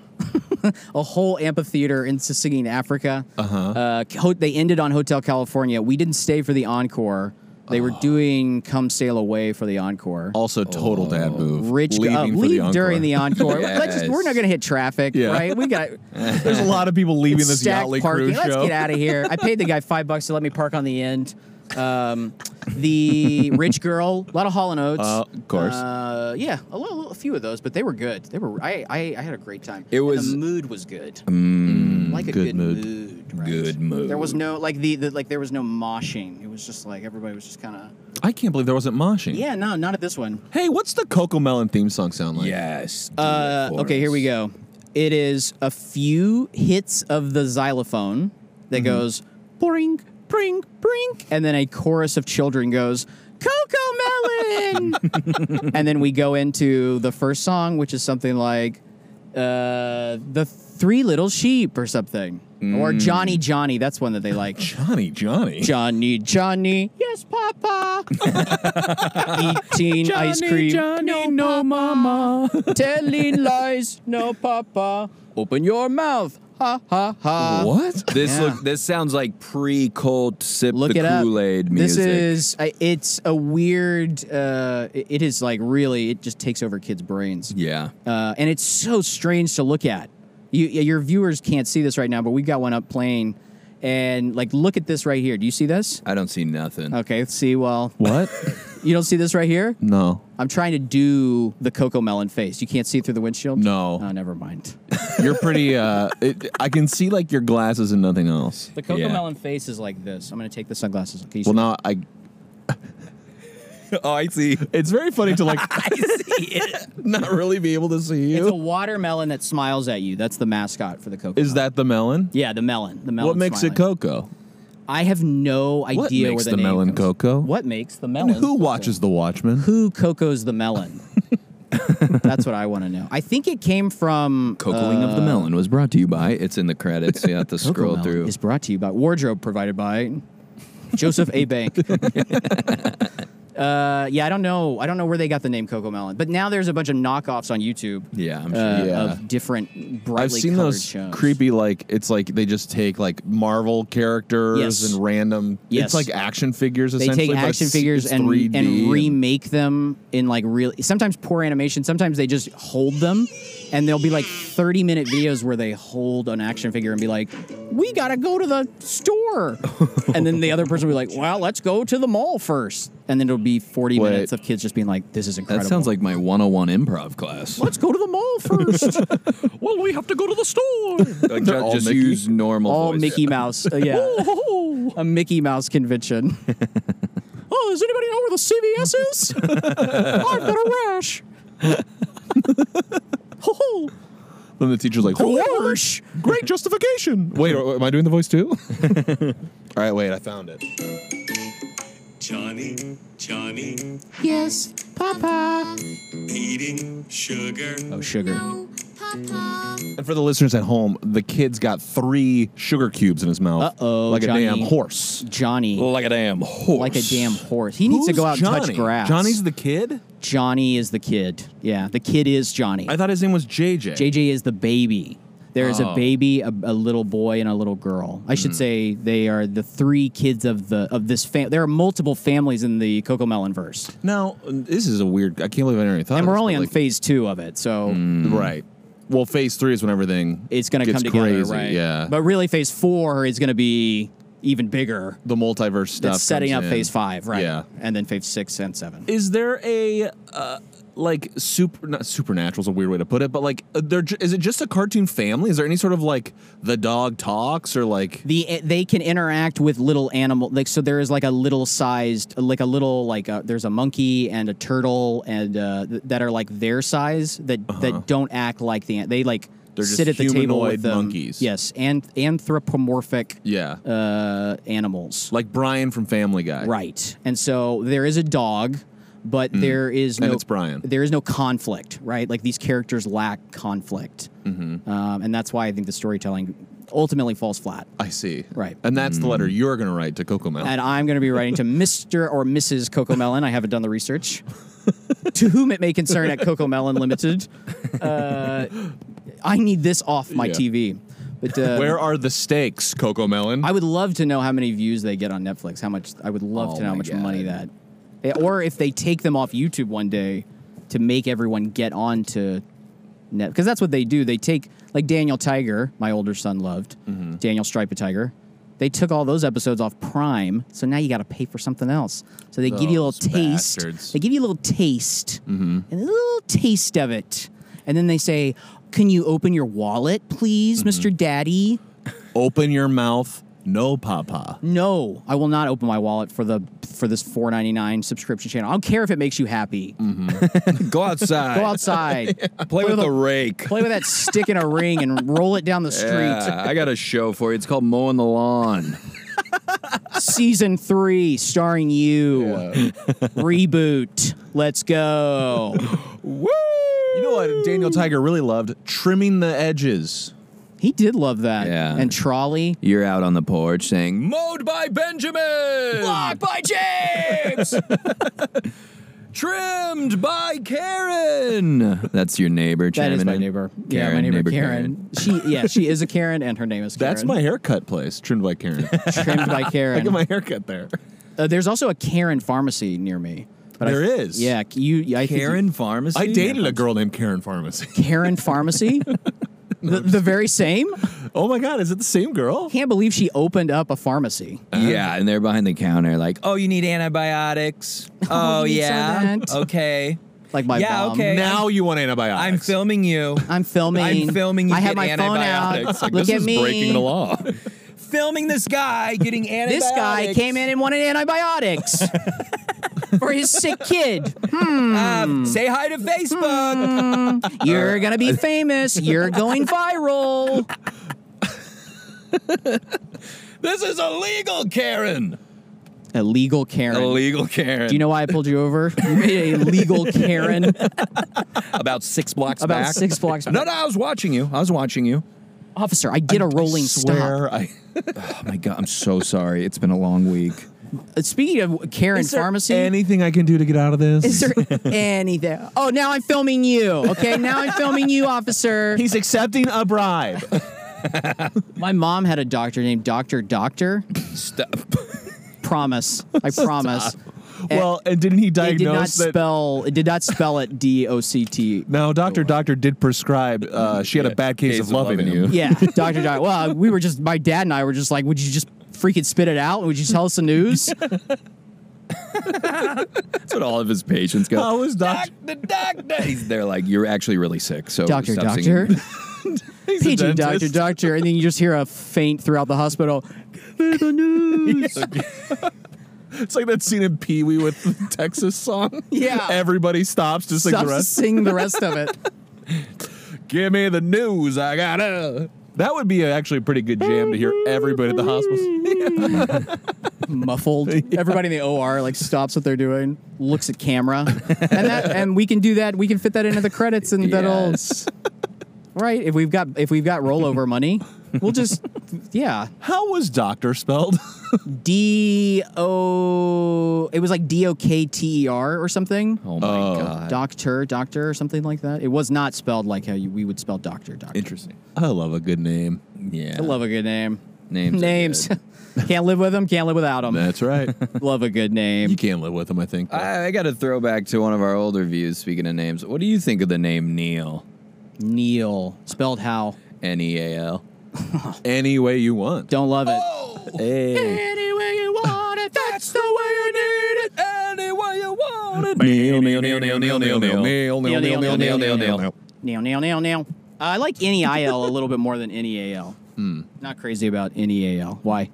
a whole amphitheater into singing Africa. Uh-huh. they ended on Hotel California. We didn't stay for the encore. They Oh. were doing "Come Sail Away" for the encore. also total dad move Rich leaving uh, for leave during the encore. encore. Let's just, Yes. we're not going to hit traffic, Yeah. right? We got there's a lot of people leaving this stacked Yachtly parking. Crew Let's show get out of here. I paid the guy five bucks to let me park on the end. Um, the rich girl, a lot of Hall and Oates. Uh, of course. Uh, yeah, a, little, a few of those, but they were good. They were. I I, I had a great time. It And was- the mood was good. Mm, like a Mm, good good, mood. mood. right? Good mood. There was no like the, the like there was no moshing. It was just like everybody was just kind of I can't believe there wasn't moshing. Yeah, no, not at this one. Hey, what's the Coco Melon theme song sound like? Yes. Uh, okay, here we go. It is a few hits of the xylophone that goes boring, brink, brink, and then a chorus of children goes Coco Melon, and then we go into the first song, which is something like uh, the Three Little Sheep or something, or Johnny Johnny. That's one that they like. Johnny, Johnny. Johnny, Johnny, yes, Papa. Eating ice cream, no, mama. Telling lies, no papa. Open your mouth. Ha ha ha. What? This Yeah. look. This sounds like pre-cult sip Look the it up. Kool-Aid This music. is I- it's a weird uh it- it is like really it just takes over kids' brains. yeah. Uh and it's so strange to look at. You your viewers can't see this right now, but we've got one up playing and like look at this right here. Do you see this? I don't see nothing. Okay, see well. What? You don't see this right here? no. I'm trying to do the cocoa melon face. You can't see through the windshield? No. Oh, never mind. You're pretty uh it, I can see like your glasses and nothing else. The cocoa Yeah. melon face is like this. I'm gonna take the sunglasses. off. Can you Well see- now I oh, I see. it's very funny to like see it. not really be able to see it's a you. watermelon that smiles at you. That's the mascot for the cocoa. Is that the melon? Yeah, the melon. The melon. What makes it smiling. cocoa? I have no idea where makes the, the name melon comes- cocoa? What makes the melon? And who cocoa? watches The Watchmen? Who cocos the melon? That's what I want to know. I think it came from Cocoling of the Melon was brought to you by. It's in the credits. You have to Cocoa scroll Melon through. Is brought to you by wardrobe provided by Joseph A. Bank. uh, yeah, I don't know. I don't know where they got the name Coco Melon, but now there's a bunch of knockoffs on YouTube. Yeah, I'm uh, sure. Yeah. Of different brightly I've seen colored those shows. creepy like it's like they just take like Marvel characters Yes. and random Yes. it's like action figures They essentially. take but action it's- figures it's and 3D and remake them in like real. Sometimes poor animation. Sometimes they just hold them, and there'll be like thirty minute videos where they hold an action figure and be like, "We gotta go to the store," and then the other person will be like, "Well, let's go to the mall first. and then it'll be forty Wait. minutes of kids just being like, "This is that incredible." sounds like my 101 improv class. Let's go to the mall first. Well, we have to go to the store. Like, They're ju- all just Mickey. use normal. All voice. Mickey Mouse. Uh, yeah. A Mickey Mouse convention. oh, does anybody know where the CVS is? I've got a rash. oh, Then the teacher's like, Whoosh. Great justification. Wait, am I doing the voice too? All right, wait, I found it. Johnny, Johnny, Yes, Papa. eating sugar. Oh, sugar. No, Papa. And for the listeners at home, the kid's got three sugar cubes in his mouth. Uh-oh, Like Johnny. a damn horse. Johnny. Like a damn horse. Like a damn horse. He needs to Who's go out and touch Johnny? grass. Johnny's the kid? Johnny is the kid. Yeah, the kid is Johnny. I thought his name was JJ. JJ is the baby. There is a Oh. baby, a, a little boy, and a little girl. I Mm. should say they are the three kids of the of this family. There are multiple families in the Coco Melon verse, Now, this is a weird, I can't believe I never thought and of we're this, only but, Oh, on like, phase two of it, so Right. Well, phase three is when everything it's going to come gets together, crazy. right? Yeah. But really, phase four is going to be even bigger. the multiverse stuff. That's setting up comes in. phase five, right? Yeah. and then phase six and seven. Is there a uh, like super not supernatural's a weird way to put it, but like uh, there ju- is it just a cartoon family? Is there any sort of like the dog talks or like the eh, they can interact with little animal like so there is like a little sized like a little like a, there's a monkey and a turtle and uh, th- that are like their size that that don't act like the an- they like Uh-huh. They're just sit at the table humanoid with them. monkeys. yes and anthropomorphic yeah, uh, animals like Brian from Family Guy? right and so there is a dog but there is no Mm. And it's Brian. there is no conflict right like these characters lack conflict mm-hmm. um, and that's why I think the storytelling ultimately falls flat I see. Right. and that's the letter you're gonna write to Coco Melon. and I'm going to be writing to Mr. or Mrs. Coco Melon. I haven't done the research. to whom it may concern at Coco Melon Limited. Uh, I need this off my Yeah. TV. But uh, Where are the stakes, Coco Melon? Mm-hmm. I would love to know how many views they get on Netflix. How much? I would love Oh to know how my much God. money that, eh, or if they take them off YouTube one day to make everyone get on to net because that's what they do. They take like Daniel Tiger, my older son loved Mm-hmm. Daniel Stripe a Tiger. They took all those episodes off Prime, so now you got to pay for something else. So they give you a little Those taste. bastards. They give you a little taste, Mm-hmm. and a little taste of it, and then they Mm-hmm. say, "Can you open your wallet, please, Mister Daddy?" Open your mouth No, Papa. No, I will not open my wallet for the for this four ninety nine subscription channel. I don't care if it makes you happy. Go outside. Go outside, Play with the rake. play with that stick in a ring, and roll it down the street. Yeah, I got a show for you. It's called Mowing the Lawn. Season three, starring you. Reboot. Let's go. You know what Daniel Tiger really loved? Trimming the edges. he did love that. Yeah. And trolley. You're out on the porch saying, Mowed by Benjamin! by James. Trimmed by Karen! That's your neighbor, that chiming is my in. neighbor. yeah, my Karen, neighbor, neighbor Karen. She yeah, she is a Karen, and her name is Karen. That's my haircut place, trimmed by Karen. trimmed by I Karen. get my haircut there. Uh, there's also a Karen pharmacy near me. But There I, is. Yeah, you. I think you- Karen Pharmacy? Uh-huh. I dated a girl named Karen Pharmacy. Karen Pharmacy. the, the very same. Oh my God, is it the same girl? Can't believe she opened up a pharmacy. Yeah, and they're behind the counter like, oh, you need antibiotics? Oh, you need yeah. some of that." Okay. Like my Yeah, mom. okay. Now you want antibiotics. I'm filming you. I'm filming. I'm filming you I have get my phone out. antibiotics. Like, Look this at is me. breaking the law. filming this guy getting antibiotics. This guy came in and wanted antibiotics for his sick kid. Uh, say hi Hmm. to Facebook. You're gonna Uh, be famous. You're going viral. this is illegal, Karen. Illegal Karen. Illegal, Karen. Do you know why I pulled you over? You made a legal Karen about six blocks about back. six blocks. No, no, I was watching you. I was watching you. Officer, I did a rolling stop. Swear I- Oh my god, I'm so sorry. It's been a long week. Uh, Speaking of Karen Is there Pharmacy, Anything I can do to get out of this? is there anything? Oh, now I'm filming you. Okay, now I'm filming you, officer. He's accepting a Eh, bribe. My mom had a doctor named Doctor Doctor. Stop. Promise, I promise. well, and didn't he It did not diagnose that? spell. It did not spell it D O C T. no, Doctor Doctor did prescribe. Uh, she had a bad Oh, case, of loving, you. Yeah, Doctor Doctor. Well, we were just my dad and I were just like, would you just freaking spit it out? Would you tell us the news? That's what all of his patients go. How is Doc- Doctor, doctor. He's, they're like, you're actually really sick. So Doctor stop Doctor. singing." He's a PG dentist. Doctor Doctor, and then you just hear a faint throughout the hospital. It's like that scene in Pee Wee with the Texas song. Yeah. Everybody stops to sing Stop the rest. sing the rest of it. Give me the news. I gotta. That would be actually a pretty good jam to hear everybody at the hospital. muffled. Everybody in the OR like stops what they're doing, looks at camera, and that and we can do that. We can fit that into the credits, and that'll Yes. right if we've got if we've got rollover money, we'll just yeah How was doctor spelled? D O. It was like D O K T E R or something. Oh my god. Doctor, doctor, or something like that. It was not spelled like how you, we would spell doctor, doctor. Interesting. I love a good name. Yeah. I love a good name. Names are Names. good. can't live with them. Can't live without them. That's right. Ah. love a good name. you can live with him, I think. I, I got to throw back to one of our older views. Speaking of names, what do you think of the name Neil? Neil, spelled how? N e a l. Any way you want. Don't love it. Hey. Any way you want it, that's the way you need it. Any way you want it. Neil, Neil, Neil, Neil, Neil, Neil, Neil. Neil, Neil, Neil, Neil, Neil, Neil. Neil. Neil, Neil, Neil, Neil. I like NEIL a little bit more than NEAL. Not crazy about NEAL. Why?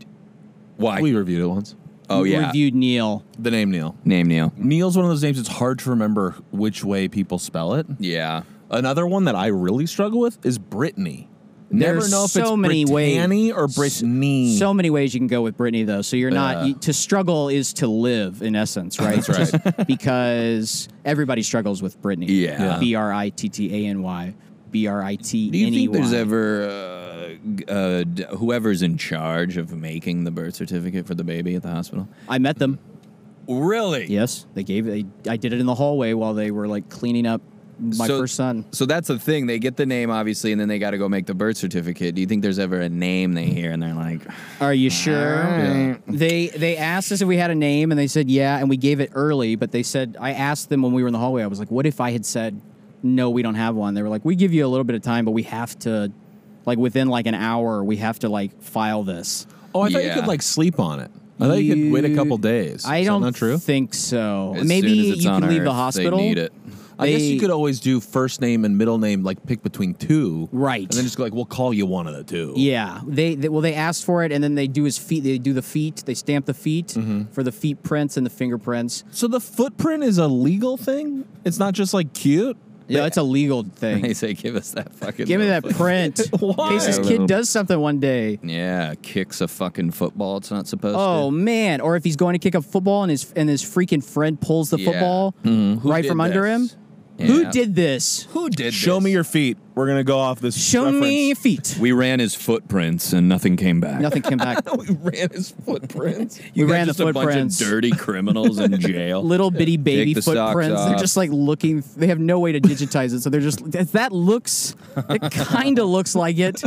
Why? We reviewed it once. oh We yeah. Reviewed Neil. Uh, The name Neil. Name Neil. Neil's one of those names. It's hard to remember which way people spell it. Yeah. Another one that I really struggle with is Brittany. Never There's know if so it's many ways- Brittany or Brittany. So many ways you can go with Brittany, though. So you're not Hmm. Yeah. you, to struggle is to live in essence, right? That's right. Just because everybody struggles with Brittany. Yeah. Yeah. B R I T T A N Y. B R I T N E Y. Do you think there's ever uh, g- uh, d- whoever's in charge of making the birth certificate for the baby at the hospital? I met them. Really? Yes, they gave. They, I did it in the hallway while they were like cleaning up my So- first son. So that's the thing. They get the name, obviously, and then they got to go make the birth certificate. Do you think there's ever a name they hear and they're like, Are you sure? Yeah. They they asked us if we had a name, and they said yeah, and we gave it early. But they said I asked them when we were in the hallway. I was like, what if I had said no, we don't have one? They were like, we give you a little bit of time, but we have to, like within like an hour, we have to like file this. oh, I thought Yeah. you could like sleep on it. I thought you could wait a couple days. I Is don't that not true? think so. As Maybe soon as it's you on can leave the Earth, hospital. They need it. I guess They- you could always do first name and middle name, like pick between two, Right. And then just go like, we'll call you one of the two. Yeah, they, they well they asked for it, and then they do his feet. They do the feet. They stamp the feet Mm-hmm. for the feet prints and the fingerprints. So the footprint is a legal thing. It's not just like cute. Yeah, that's a legal thing. They say, give us that fucking. Give me little that print. In Why? case this kid does something one day. thing." Yeah, kicks a fucking football. It's not supposed Oh to. man! Or if he's going to kick a football and his and his freaking friend pulls the Yeah. Mm-hmm. football right did from under him. this? Who Yeah. did this? Who did? Show this? me your feet. We're gonna go off this. Show me feet. We ran his footprints and nothing came back. Nothing came back. we ran his footprints. We You got ran the just a bunch footprints. of dirty criminals in jail. Little bitty baby the socks footprints. They're off. just like looking. They have no way to digitize it, so they're just that- that looks. It kind of looks like it.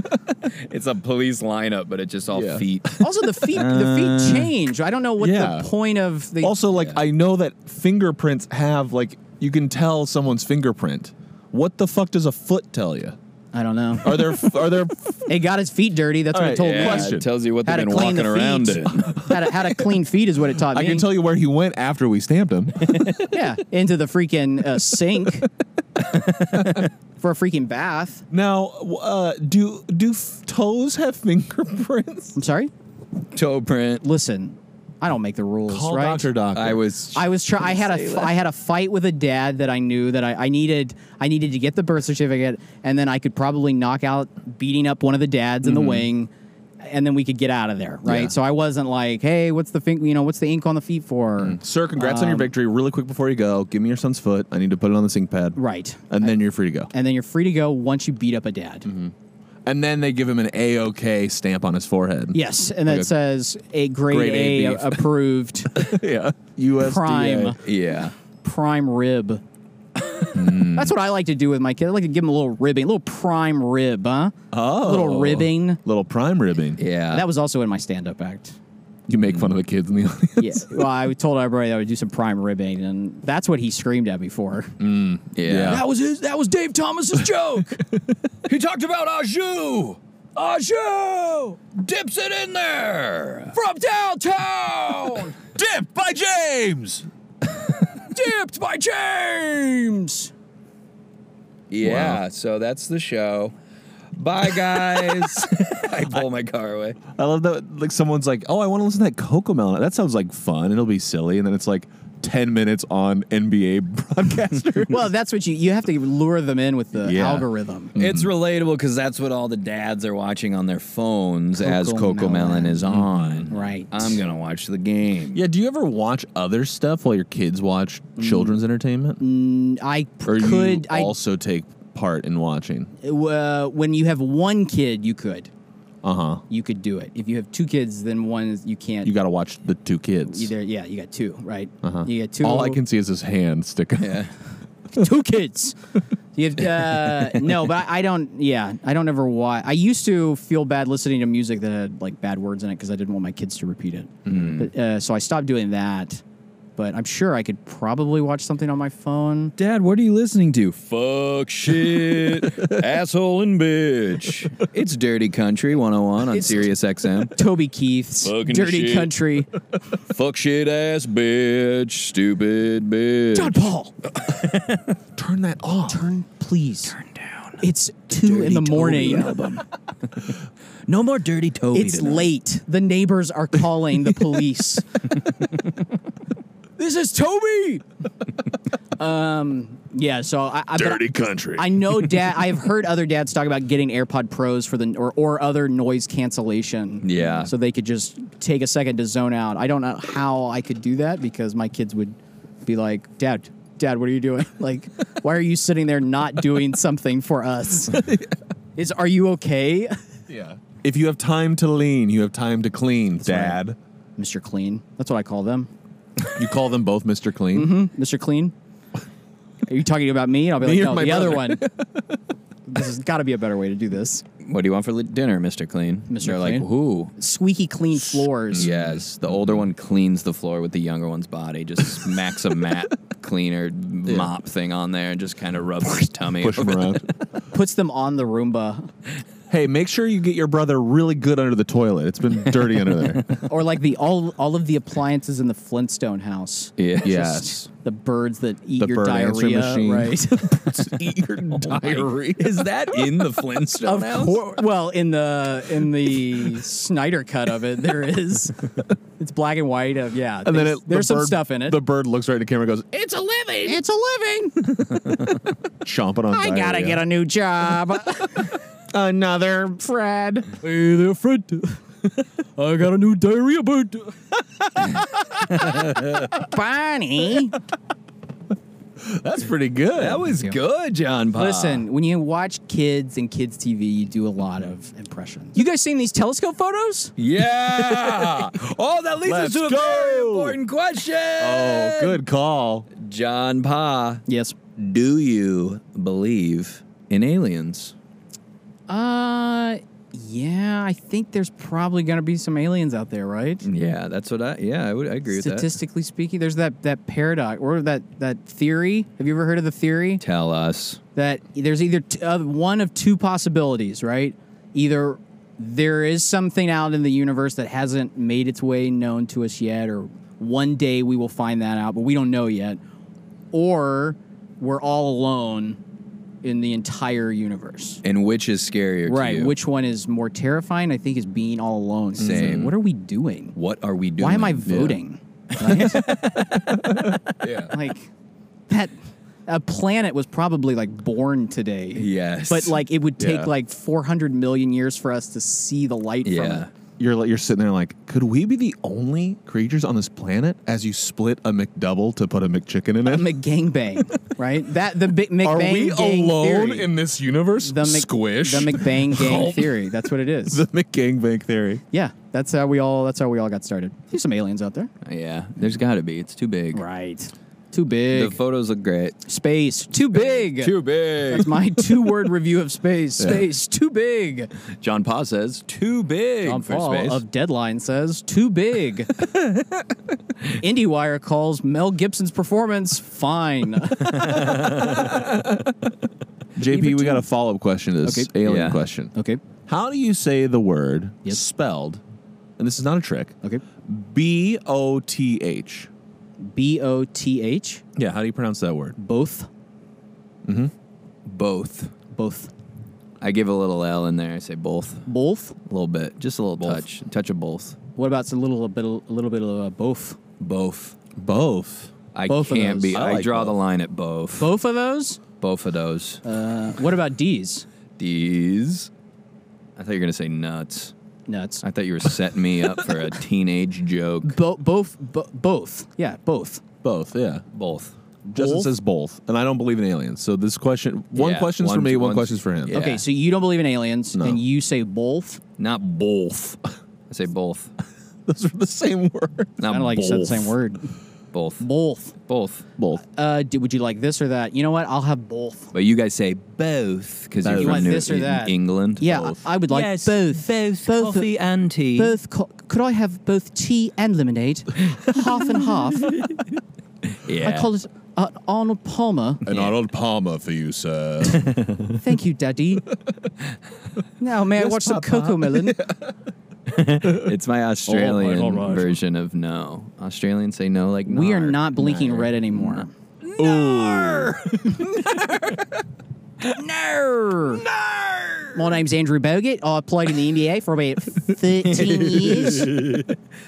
it's a police lineup, but it's just all Yeah. feet. Also, the feet the Uh, feet change. I don't know what yeah. the point of the. Also, like I know that fingerprints have like you can tell someone's fingerprint. What the fuck does a foot tell you? I don't know. Are there are there It got his feet dirty. That's All what right, it told yeah. me. Question. It tells you what How they've to been clean walking the around feet. in. How to, how to clean feet is what it taught I me. can tell you where he went after we stamped him. Yeah, into the freaking uh, sink for a freaking bath. now, uh, do do f- toes have fingerprints? I'm sorry. Toe print. Listen, I don't make the rules, Call right? Doctor Doctor. I was. I was trying. I had a f- I had a fight with a dad that I knew that I, I needed I needed to get the birth certificate, and then I could probably knock out beating up one of the dads in the wing, and then we could get out of there, right? Yeah. So I wasn't like, hey, what's the fin- you know what's the ink on the feet for? Sir, congrats Um, on your victory. Really quick before you go, give me your son's foot. I need to put it on the sink pad. Right. And then you're free to go. And then you're free to go once you beat up a dad. And then they give him an A OK stamp on his forehead. Yes, and that Okay. says a grade, Grade A A, beef. approved yeah. USDA. prime Yeah. prime rib. Hmm. That's what I like to do with my kid. I like to give him a little ribbing, a little prime rib, huh? Oh. A little ribbing. Little prime ribbing. Yeah. that was also in my stand-up act. You make fun of the kids in the audience. Yeah. Well, I told everybody I would do some prime ribbing, and that's what he screamed at me for. yeah. Yeah. was his. That was Dave Thomas's joke. he talked about Ajou. Ajou dips it in there from downtown. Dipped by James. Dipped by James. Yeah. So that's the show. Bye, guys. I pull my car away. I love that. Like someone's like, oh, I want to listen to that Coco Melon. That sounds like fun. It'll be silly. And then it's like 10 minutes on NBA broadcaster. Well, that's what you you have to lure them in with the Yeah. algorithm. It's relatable because that's what all the dads are watching on their phones as Coco Coco Melon Mm-hmm. Melon. is on. Right. I'm gonna watch the game. yeah. Do you ever watch other stuff while your kids watch children's entertainment? I Or Mm. could you I also take part in watching? uh, when you have one kid, you could. Uh huh. you could do it. If you have two kids, then one is, you can't. You got to watch the two kids. either. Yeah, you got two, right? You got two. All I can see is his hand sticking. Yeah. two kids. You have, uh, no, but I, I don't. Yeah, I don't ever watch. I used to feel bad listening to music that had like bad words in it because I didn't want my kids to repeat it. Mm. But, uh, so I stopped doing that. But I'm sure I could probably watch something on my phone. Dad, what are you listening to? Fuck shit, asshole and bitch. It's Dirty Country 101 on Sirius XM. Toby Keith's Fucking "Dirty shit. Country." Fuck shit ass bitch, stupid bitch. John Paul, Turn that off. turn please. Turn down. It's two in the morning. No more Dirty Toby. It's late. The neighbors are calling the police. this is Toby. um. Yeah. So I. I but I- country. I know dad. I've heard other dads talk about getting AirPod Pros for the or, or other noise cancellation. Yeah. So they could just take a second to zone out. I don't know how I could do that because my kids would be like, Dad, Dad, what are you doing? Like, why are you sitting there not doing something for us? Is are you okay, yeah. If you have time to lean, you have time to clean, right. Dad. Mr. Clean? That's what I call them. You call them both Mr. Clean. Mr. Clean? Are you talking about me? And I'll be Me like, or no, my the other brother?" one. this has got to be a better way to do this. What do you want for li- dinner, Mr. Clean? Mr. They're Clean. like, who? Squeaky clean floors. Yes, the older one cleans the floor with the younger one's body, just smacks a mat cleaner mop thing on there, and just kind of rubs his tummy. Push them around. Puts them on the Roomba. hey, make sure you get your brother really good under the toilet. It's been dirty under there. or like the all all of the appliances in the Flintstone house. Yeah. Just Yes. the birds that eat The your bird answering diarrhea, machine. right? Eat your diarrhea. Is that in the Flintstone house? Or- well, in the in the Snyder cut of it, there is. It's black and white. Of yeah, And then there's- it, the there's some bird- stuff in it. The bird looks right at the camera and goes, "Eh," it's a living. It's a living. chomping on I gotta get a new job. another Fred. hey there, Fred. I got a new diarrhea bird. Bonnie. That's pretty good. Oh, That was good, John. Uh. Pa. Listen, when you watch kids and kids TV, you do a lot of impressions. You guys seen these telescope photos? Yeah. oh, that leads Let's us to a very go. important question. Oh, good call. John Pa, Yes. do you believe in aliens? Uh, yeah, I think there's probably gonna be some aliens out there, right? Yeah, that's what I. Yeah, I would I agree with Statistically speaking, there's that that paradox or that that theory. Have you ever heard of the theory that. Tell us. that there's either t- uh, one of two possibilities, right? Either there is something out in the universe that hasn't made its way known to us yet, or one day we will find that out, but we don't know yet, or we're all alone in the entire universe. And which is scarier to Right. you? Which one is more terrifying? I think is being all alone. It's like, Same. What are we doing? What are we doing? Why am I Yeah. voting? Yeah. Like that. A planet was probably like born today. Yes. But like it would take Yeah. like 400 million years for us to see the light Yeah. from it. You're like, you're sitting there like, could we be the only creatures on this planet? As you split a McDouble to put a McChicken in it. McGangbang, right? That the big McBang Are we gang alone theory. in this universe? the Mc- Squish. Oh. the McBang gang theory? That's what it is. the McGangbank theory. yeah, that's how we all. That's how we all got started. There's some aliens out there, Yeah. There's got to be. It's too big. right? Too The big. photos look great. Space too big. Too big. That's my two word review of space. Space too big. John Pa says too big John for Paul space. of Deadline says too big. IndieWire calls Mel Gibson's performance fine. JP, we got a follow up question to this Okay. alien Yeah. question. okay. How do you say the word Yes. spelled? And this is not a trick. Okay. B O T H. B O T H. Yeah, how do you pronounce that word? Both. both. Both. I give a little L in there. I say both. Both. A little bit. Just a little touch. Touch of both. What about a little bit? A little bit of uh, both. Both. Both. I Both of can't those. be. I I, like draw both. the line at both. Both of those. Both of those. Uh, what about D's? These. I thought you were gonna say nuts. Nuts. I thought you were setting me up for a teenage joke. Bo- both. Bo- both. Yeah. Both. Both, yeah. Both. Justin Both? says both, and I don't believe in aliens. So this question, one Yeah, question's for one's- me, one one's- question's for him. yeah. Okay. So you don't believe in aliens, No. and you say both. Not both. I say both. Those are the same word. Not Kind of like both. you said the same word. Both. Both. Both. Both. Uh, do, would you like this or that? You know what? I'll have both. But you guys say both because you're Both. from You want New- this or in that? England. Yeah, Both. I would like both. Both, Both of- coffee and tea. Both. Co- could I have both tea and lemonade, half and half? Yeah. I call it uh, Arnold Palmer. An Arnold Palmer for you, sir. Thank you, Daddy. now may I Yes, watch some Papa. cocoa melon? it's my Australian all right. version of no. Australians say no like We are "Nar." not blinking Nar. red anymore. No. My name's Andrew Bogut. I played in the NBA for about 13 years,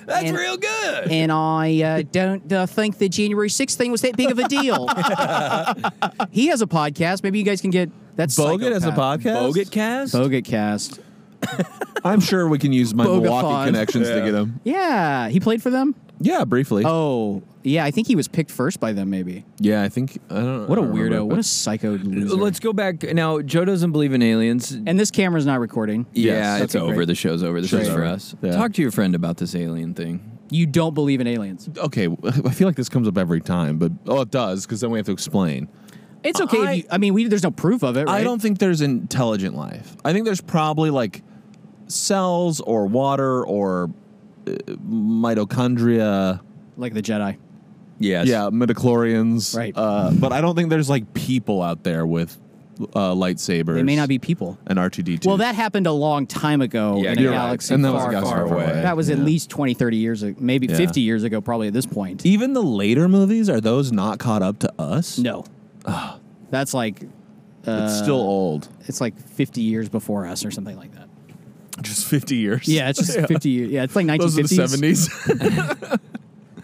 That's And- real good. and I uh, don't uh, think the January 6th thing was that big of a deal. he has a podcast. Maybe you guys can get that. Bogut has a psychopath. podcast. Bogut cast. Bogut cast. I'm sure we can use my Bogathon. Milwaukee connections to get him. Yeah, he played for them. Yeah, briefly. Oh, yeah. I think he was picked first by them. Maybe. Yeah, I think I don't. What a a weirdo. What a psycho loser. Let's go back now. Joe doesn't believe in aliens. and this camera's not recording. Yeah, Yes. it's Okay, over. great. The show's over. This Show's is for over. us. Yeah. Talk to your friend about this alien thing. You don't believe in aliens. okay. I feel like this comes up every time, but oh, it does because then we have to explain. It's okay. I, if you, I mean, we, there's no proof of it, right? I don't think there's intelligent life. I think there's probably like cells or water or uh, mitochondria. like the Jedi. Yes. Yeah, midichlorians. Right. Uh, but I don't think there's like people out there with uh, lightsabers. They may not be people. an R two D two. Well, that happened a long time ago Yeah, in a you're right. galaxy And that was far, a galaxy far, far away. away. That was at Yeah. least 20, 30 years ago, maybe Yeah. 50 years ago, probably at this point. even the later movies are those not caught up to us. No. That's like, it's still old. it's like 50 years before us or something like that. Just fifty years. Yeah, it's just 50 years. Yeah, it's like 1950s. Those are the seventies.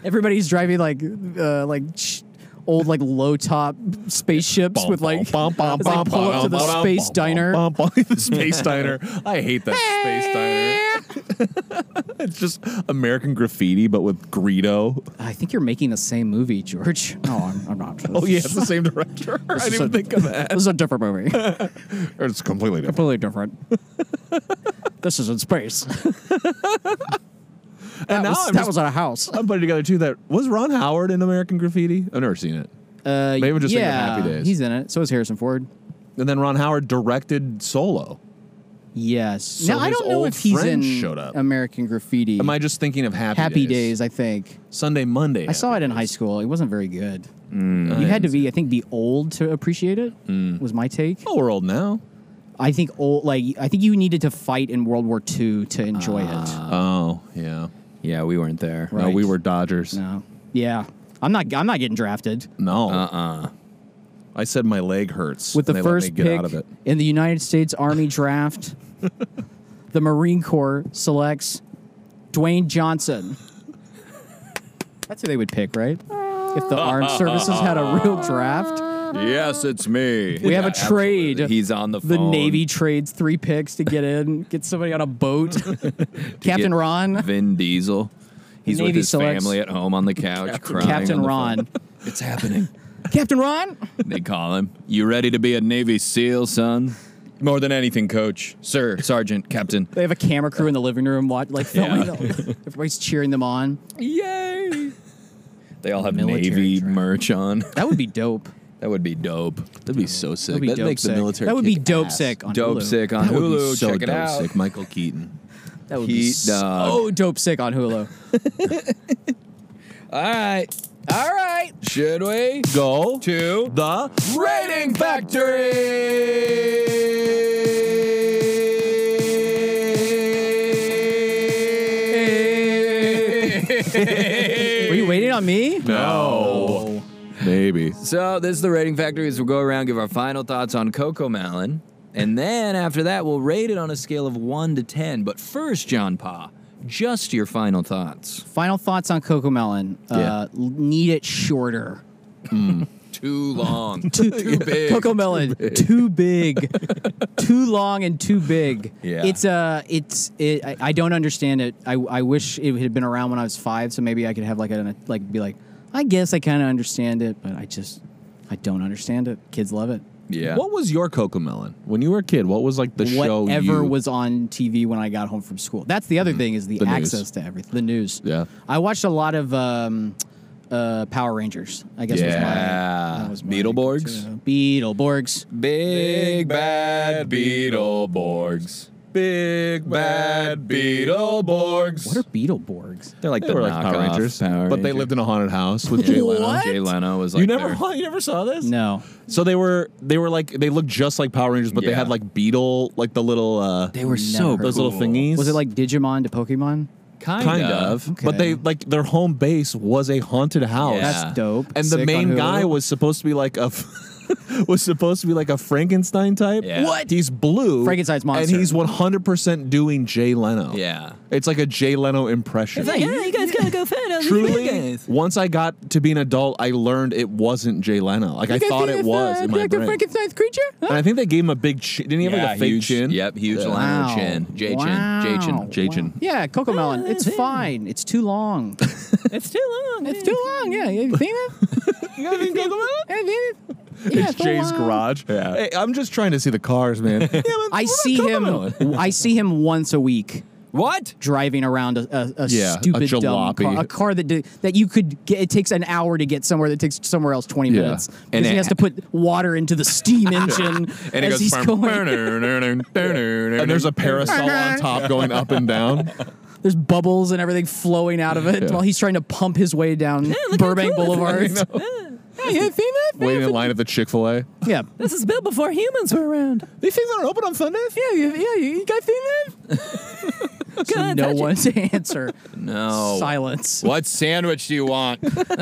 Everybody's driving like, uh, like, sh- Old like low top spaceships with like, it's like pull up to the space diner. the space diner. I hate that space diner. it's just American graffiti, but with Greedo. I think you're making the same movie, George. No, I'm, I'm not. Oh yeah, it's the same director. I didn't even think of that. This is a different movie. It's completely different. Completely different. this is in space. And that now was, I'm that just- was at a house. I'm putting together too that was Ron Howard in American Graffiti. I've never seen it. Uh, Maybe just thinking of yeah, Happy Days. He's in it. So is Harrison Ford. And then Ron Howard directed Solo. Yes. So now I his don't know old if he's in friend showed up. American Graffiti. Am I just thinking of Happy, Happy Days? I think Sunday, Monday. I saw it in high school. It wasn't very good. Mm. you had to be, I think, be old to appreciate it. Was my take. Oh, we're old now. I think old, like I think you needed to fight in World War II to enjoy it. Oh, yeah. Yeah, we weren't there. No, we Right. were Dodgers. No. Yeah. I'm not. I'm not getting drafted. No. Uh-uh. I said my leg hurts. with the and they let first me get pick out of it. in the United States Army draft, the Marine Corps selects Dwayne Johnson. That's who they would pick, right? If the armed services had a real draft, Yes, it's me. we have a trade. He's on the The phone. Navy trades three picks to get in, get somebody on a boat. Get Captain Ron. Vin Diesel. He's with Navy his selects- family at home on the couch crying. on Captain the Ron. phone. It's happening. Captain Ron? they call him. You ready to be a Navy SEAL, son? More than anything, coach. Sir, sergeant, captain. They have a camera crew in the living room, watch, like filming. Yeah. them. Everybody's cheering them on. Yay! They all have Military Navy draft. merch on. That would be dope. That would be dope. That'd be so sick. That'd be That'd dope make sick. the military. That would be kick dope ass. sick on dope Hulu. sick on That would Hulu. be so Check it dope out. sick. Michael Keaton. That would be Heat so Oh, dope sick on Hulu. All right. All right. Should we Go to the Rating Factory. Were you waiting on me? no. Maybe. so this is the Rating Factory. As we'll go around, give our final thoughts on Coco Melon, and then after that, we'll rate it on a scale of one to ten. But first, John Pa, just your final thoughts. Final thoughts on Coco Melon. Yeah. Uh, l- need it shorter. Too long, too, big. Coco Melon, too big, too long, and too big. Yeah. It's uh, it's it. I, I don't understand it. I, I wish it had been around when I was five, so maybe I could have like a like be like, I guess I kind of understand it, but I just I don't understand it. Kids love it. yeah. What was your Coco Melon when you were a kid? What was like the show? whatever you- was on TV when I got home from school. That's the other thing is the, The news. access to everything, the news. Yeah. I watched a lot of um, uh, Power Rangers. I guess Yeah. was my, that was my Beetleborgs? go-to. Beetleborgs. Big bad Beetleborgs. Big bad Beetleborgs. What are Beetleborgs? They're like They the were like Power knockoff Rangers, Power but they Rangers. lived in a haunted house with Jay Leno. What? Jay Leno was like you never, their- you never saw this? No, So they were, they were like, they looked just like Power Rangers, but they Yeah. had like beetle, like the little, uh, They were so Never. those little cool. thingies. was it like Digimon to Pokemon? kind, kind of? But Okay. they like their home base was a haunted house. Yeah. That's dope. and the Sick main on Hulu. guy was supposed to be like a was supposed to be like a Frankenstein type. Yeah. What? He's blue. Frankenstein's monster. And he's 100% doing Jay Leno. Yeah. It's like a Jay Leno impression. you guys gotta go find Truly, once I got to be an adult, I learned it wasn't Jay Leno. Like I thought it was uh, in my brain. Frankenstein's creature. and I think they gave him a big chin. Didn't he have like a fake huge, chin? Yep, huge Yeah. Lionel chin. J chin. J chin. J chin. Yeah, Coco Melon. It's fine. It's too long. Ah, It's too long. it's too long. Yeah, you seen it? Have you? Yeah, It's too Jay's long. garage. Yeah. Hey, I'm just trying to see the cars, man. I see him. I see him once a week What? driving around a, a, a Yeah, a stupid dumb jalopy. car, a car that did, that you could get. It takes an hour to get somewhere. That takes somewhere else twenty Yeah. minutes because And he it- has to put water into the steam engine And it as goes. he's going. and and there's a parasol on top going up and down. There's bubbles and everything flowing out of it Yeah. while he's trying to pump his way down Burbank Boulevard. Hey, you seen that? Waiting in line at the Chick Fil A. Yeah. This is built before humans were around. These things aren't open on Sundays. Yeah, you, yeah, you, you guys seen that? So no one to answer. No. Silence. What sandwich do you want? You guys seen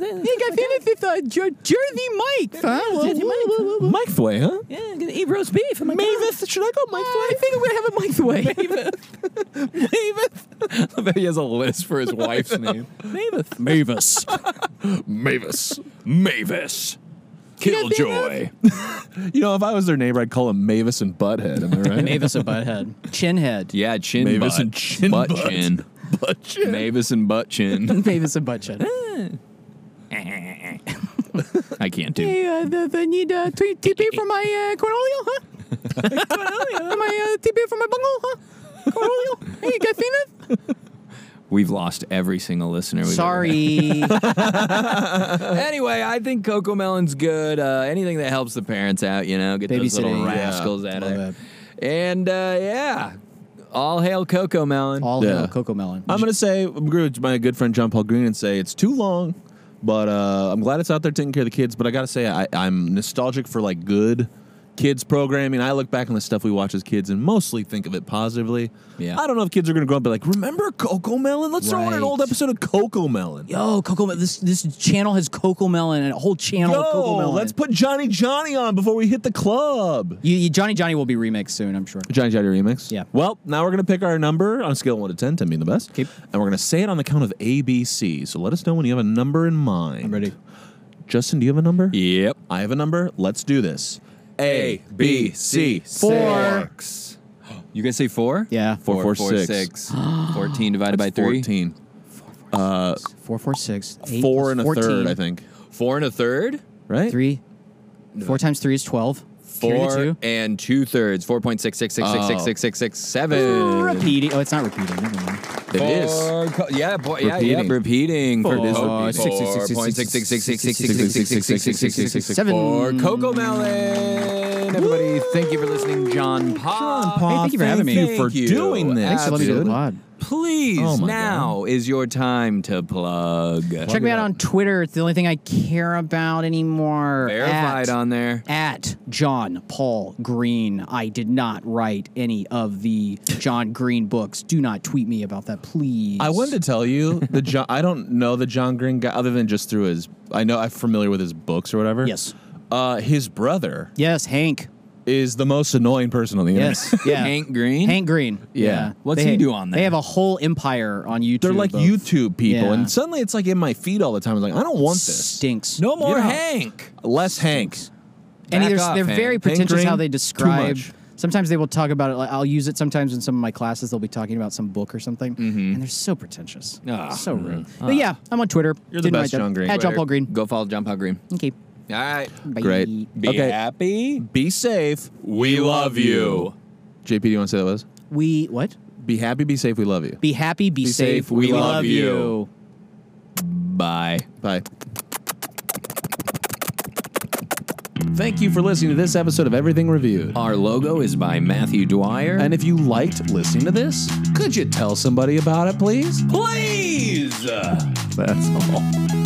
this? It's uh, Jer- Jersey Mike. Mike's way, huh? Yeah, I'm gonna eat roast beef. I'm like, Mavis, should I go Mike's "Oh, way? I think I'm gonna have it Mike's way. Mavis. Mavis. I bet he has a list for his wife's name. Mavis. Mavis. Mavis. Mavis. Killjoy. you know, if I was their neighbor, I'd call him Mavis and Butthead. Am I right? Mavis a butthead. Chinhead. Yeah, chin Mavis butt. and chin butt, butt. chin. Butthead. Mavis and butt chin. Mavis a butthead. I can't do. Hey, uh, the, the need uh, t- TP for my uh, Cornelio, huh? Cornelio? My uh, TP for my bungle, huh? Cornelio? Hey, you guys seen it? We've lost every single listener. We've ever Sorry. had. Anyway, I think Coco Melon's good. Uh, anything that helps the parents out, you know, get those little Babysitting, yeah. rascals out of there. Love And uh, yeah, all hail Coco Melon. All Yeah. hail Coco Melon. I'm gonna say agree with my good friend John Paul Green and say it's too long, but uh, I'm glad it's out there taking care of the kids. But I gotta say I, I'm nostalgic for like good kids programming. I look back on the stuff we watch as kids and mostly think of it positively. Yeah. I don't know if kids are gonna grow up and be like, remember Coco Melon? Let's throw on an Right. old episode of Coco Melon. Yo, Coco, Mel- this this channel has Coco Melon and a whole channel of Coco Yo, Melon. let's put Johnny Johnny on before we hit the club. you, you, Johnny Johnny will be remixed soon, I'm sure. Johnny Johnny remix. Yeah. Well, now we're gonna pick our number on a scale of one to ten, ten being the best, Keep. and we're gonna say it on the count of A B C. So let us know when you have a number in mind. I'm ready. Justin, do you have a number? Yep. I have a number. Let's do this. A B C Four. Six. You guys say four? Yeah. Four, Four, four, four, four, six. six. 14 divided by three. Fourteen. Four, four, six. Eight Four plus and a 14, third, I think. Four and a third? Right? Three. Four times three is 12. Carry the Four two. and two thirds. Four point six six six six six six six six seven. Repeating. Oh, it's not repeating. Never mind. It is. Four co- Yeah, boy, yeah, yeah, repeating. Repeating. For Four, Coco. six, six, six, six, Four point six, six, six, six, six, six, six, six, six, six, six, six, six, six, six, Seven. for Coco Melon. Everybody, thank you for listening, John Paul. Hey, thank you for having me. Thank you for you. doing this. Thanks for letting me do dude. the pod. Please, Oh my now is your time to plug. Check me it out up. on Twitter. It's the only thing I care about anymore. Verified At- on there. at John Paul Green. I did not write any of the John Green books. Do not tweet me about that, please. I wanted to tell you the John. I don't know the John Green guy other than just through his. I know I'm familiar with his books or whatever. Yes. Uh, his brother Yes, Hank. is the most annoying person on the internet. Yes, yeah. Hank Green. Hank Green. Yeah. What's They- he do on They there? have a whole empire on YouTube. They're like of- YouTube people, Yeah. and suddenly it's like in my feed all the time. I'm like, I don't want this. Stinks. No more Yeah. Hank. Less Hank. and Back they're, off, they're Hank. very Hank pretentious Green, how they too describe. much. Sometimes they will talk about it. Like I'll use it sometimes in some of my classes. They'll be talking about some book or something, and they're so pretentious, Ah. so rude. But yeah, I'm on Twitter. You're the Didn't best, write that. John Green. At John Twitter. Paul Green. Go follow John Paul Green. Okay. All right. Bye. Great. Be Okay. happy. Be safe. We love you. JP, do you want to say that was? We what? Be happy, be safe, we love you. Be happy. Be, safe. safe, we love you. you. Bye. Bye. Thank you for listening to this episode of Everything Reviewed. Our logo is by Matthew Dwyer. And if you liked listening to this, could you tell somebody about it, please? please. That's all.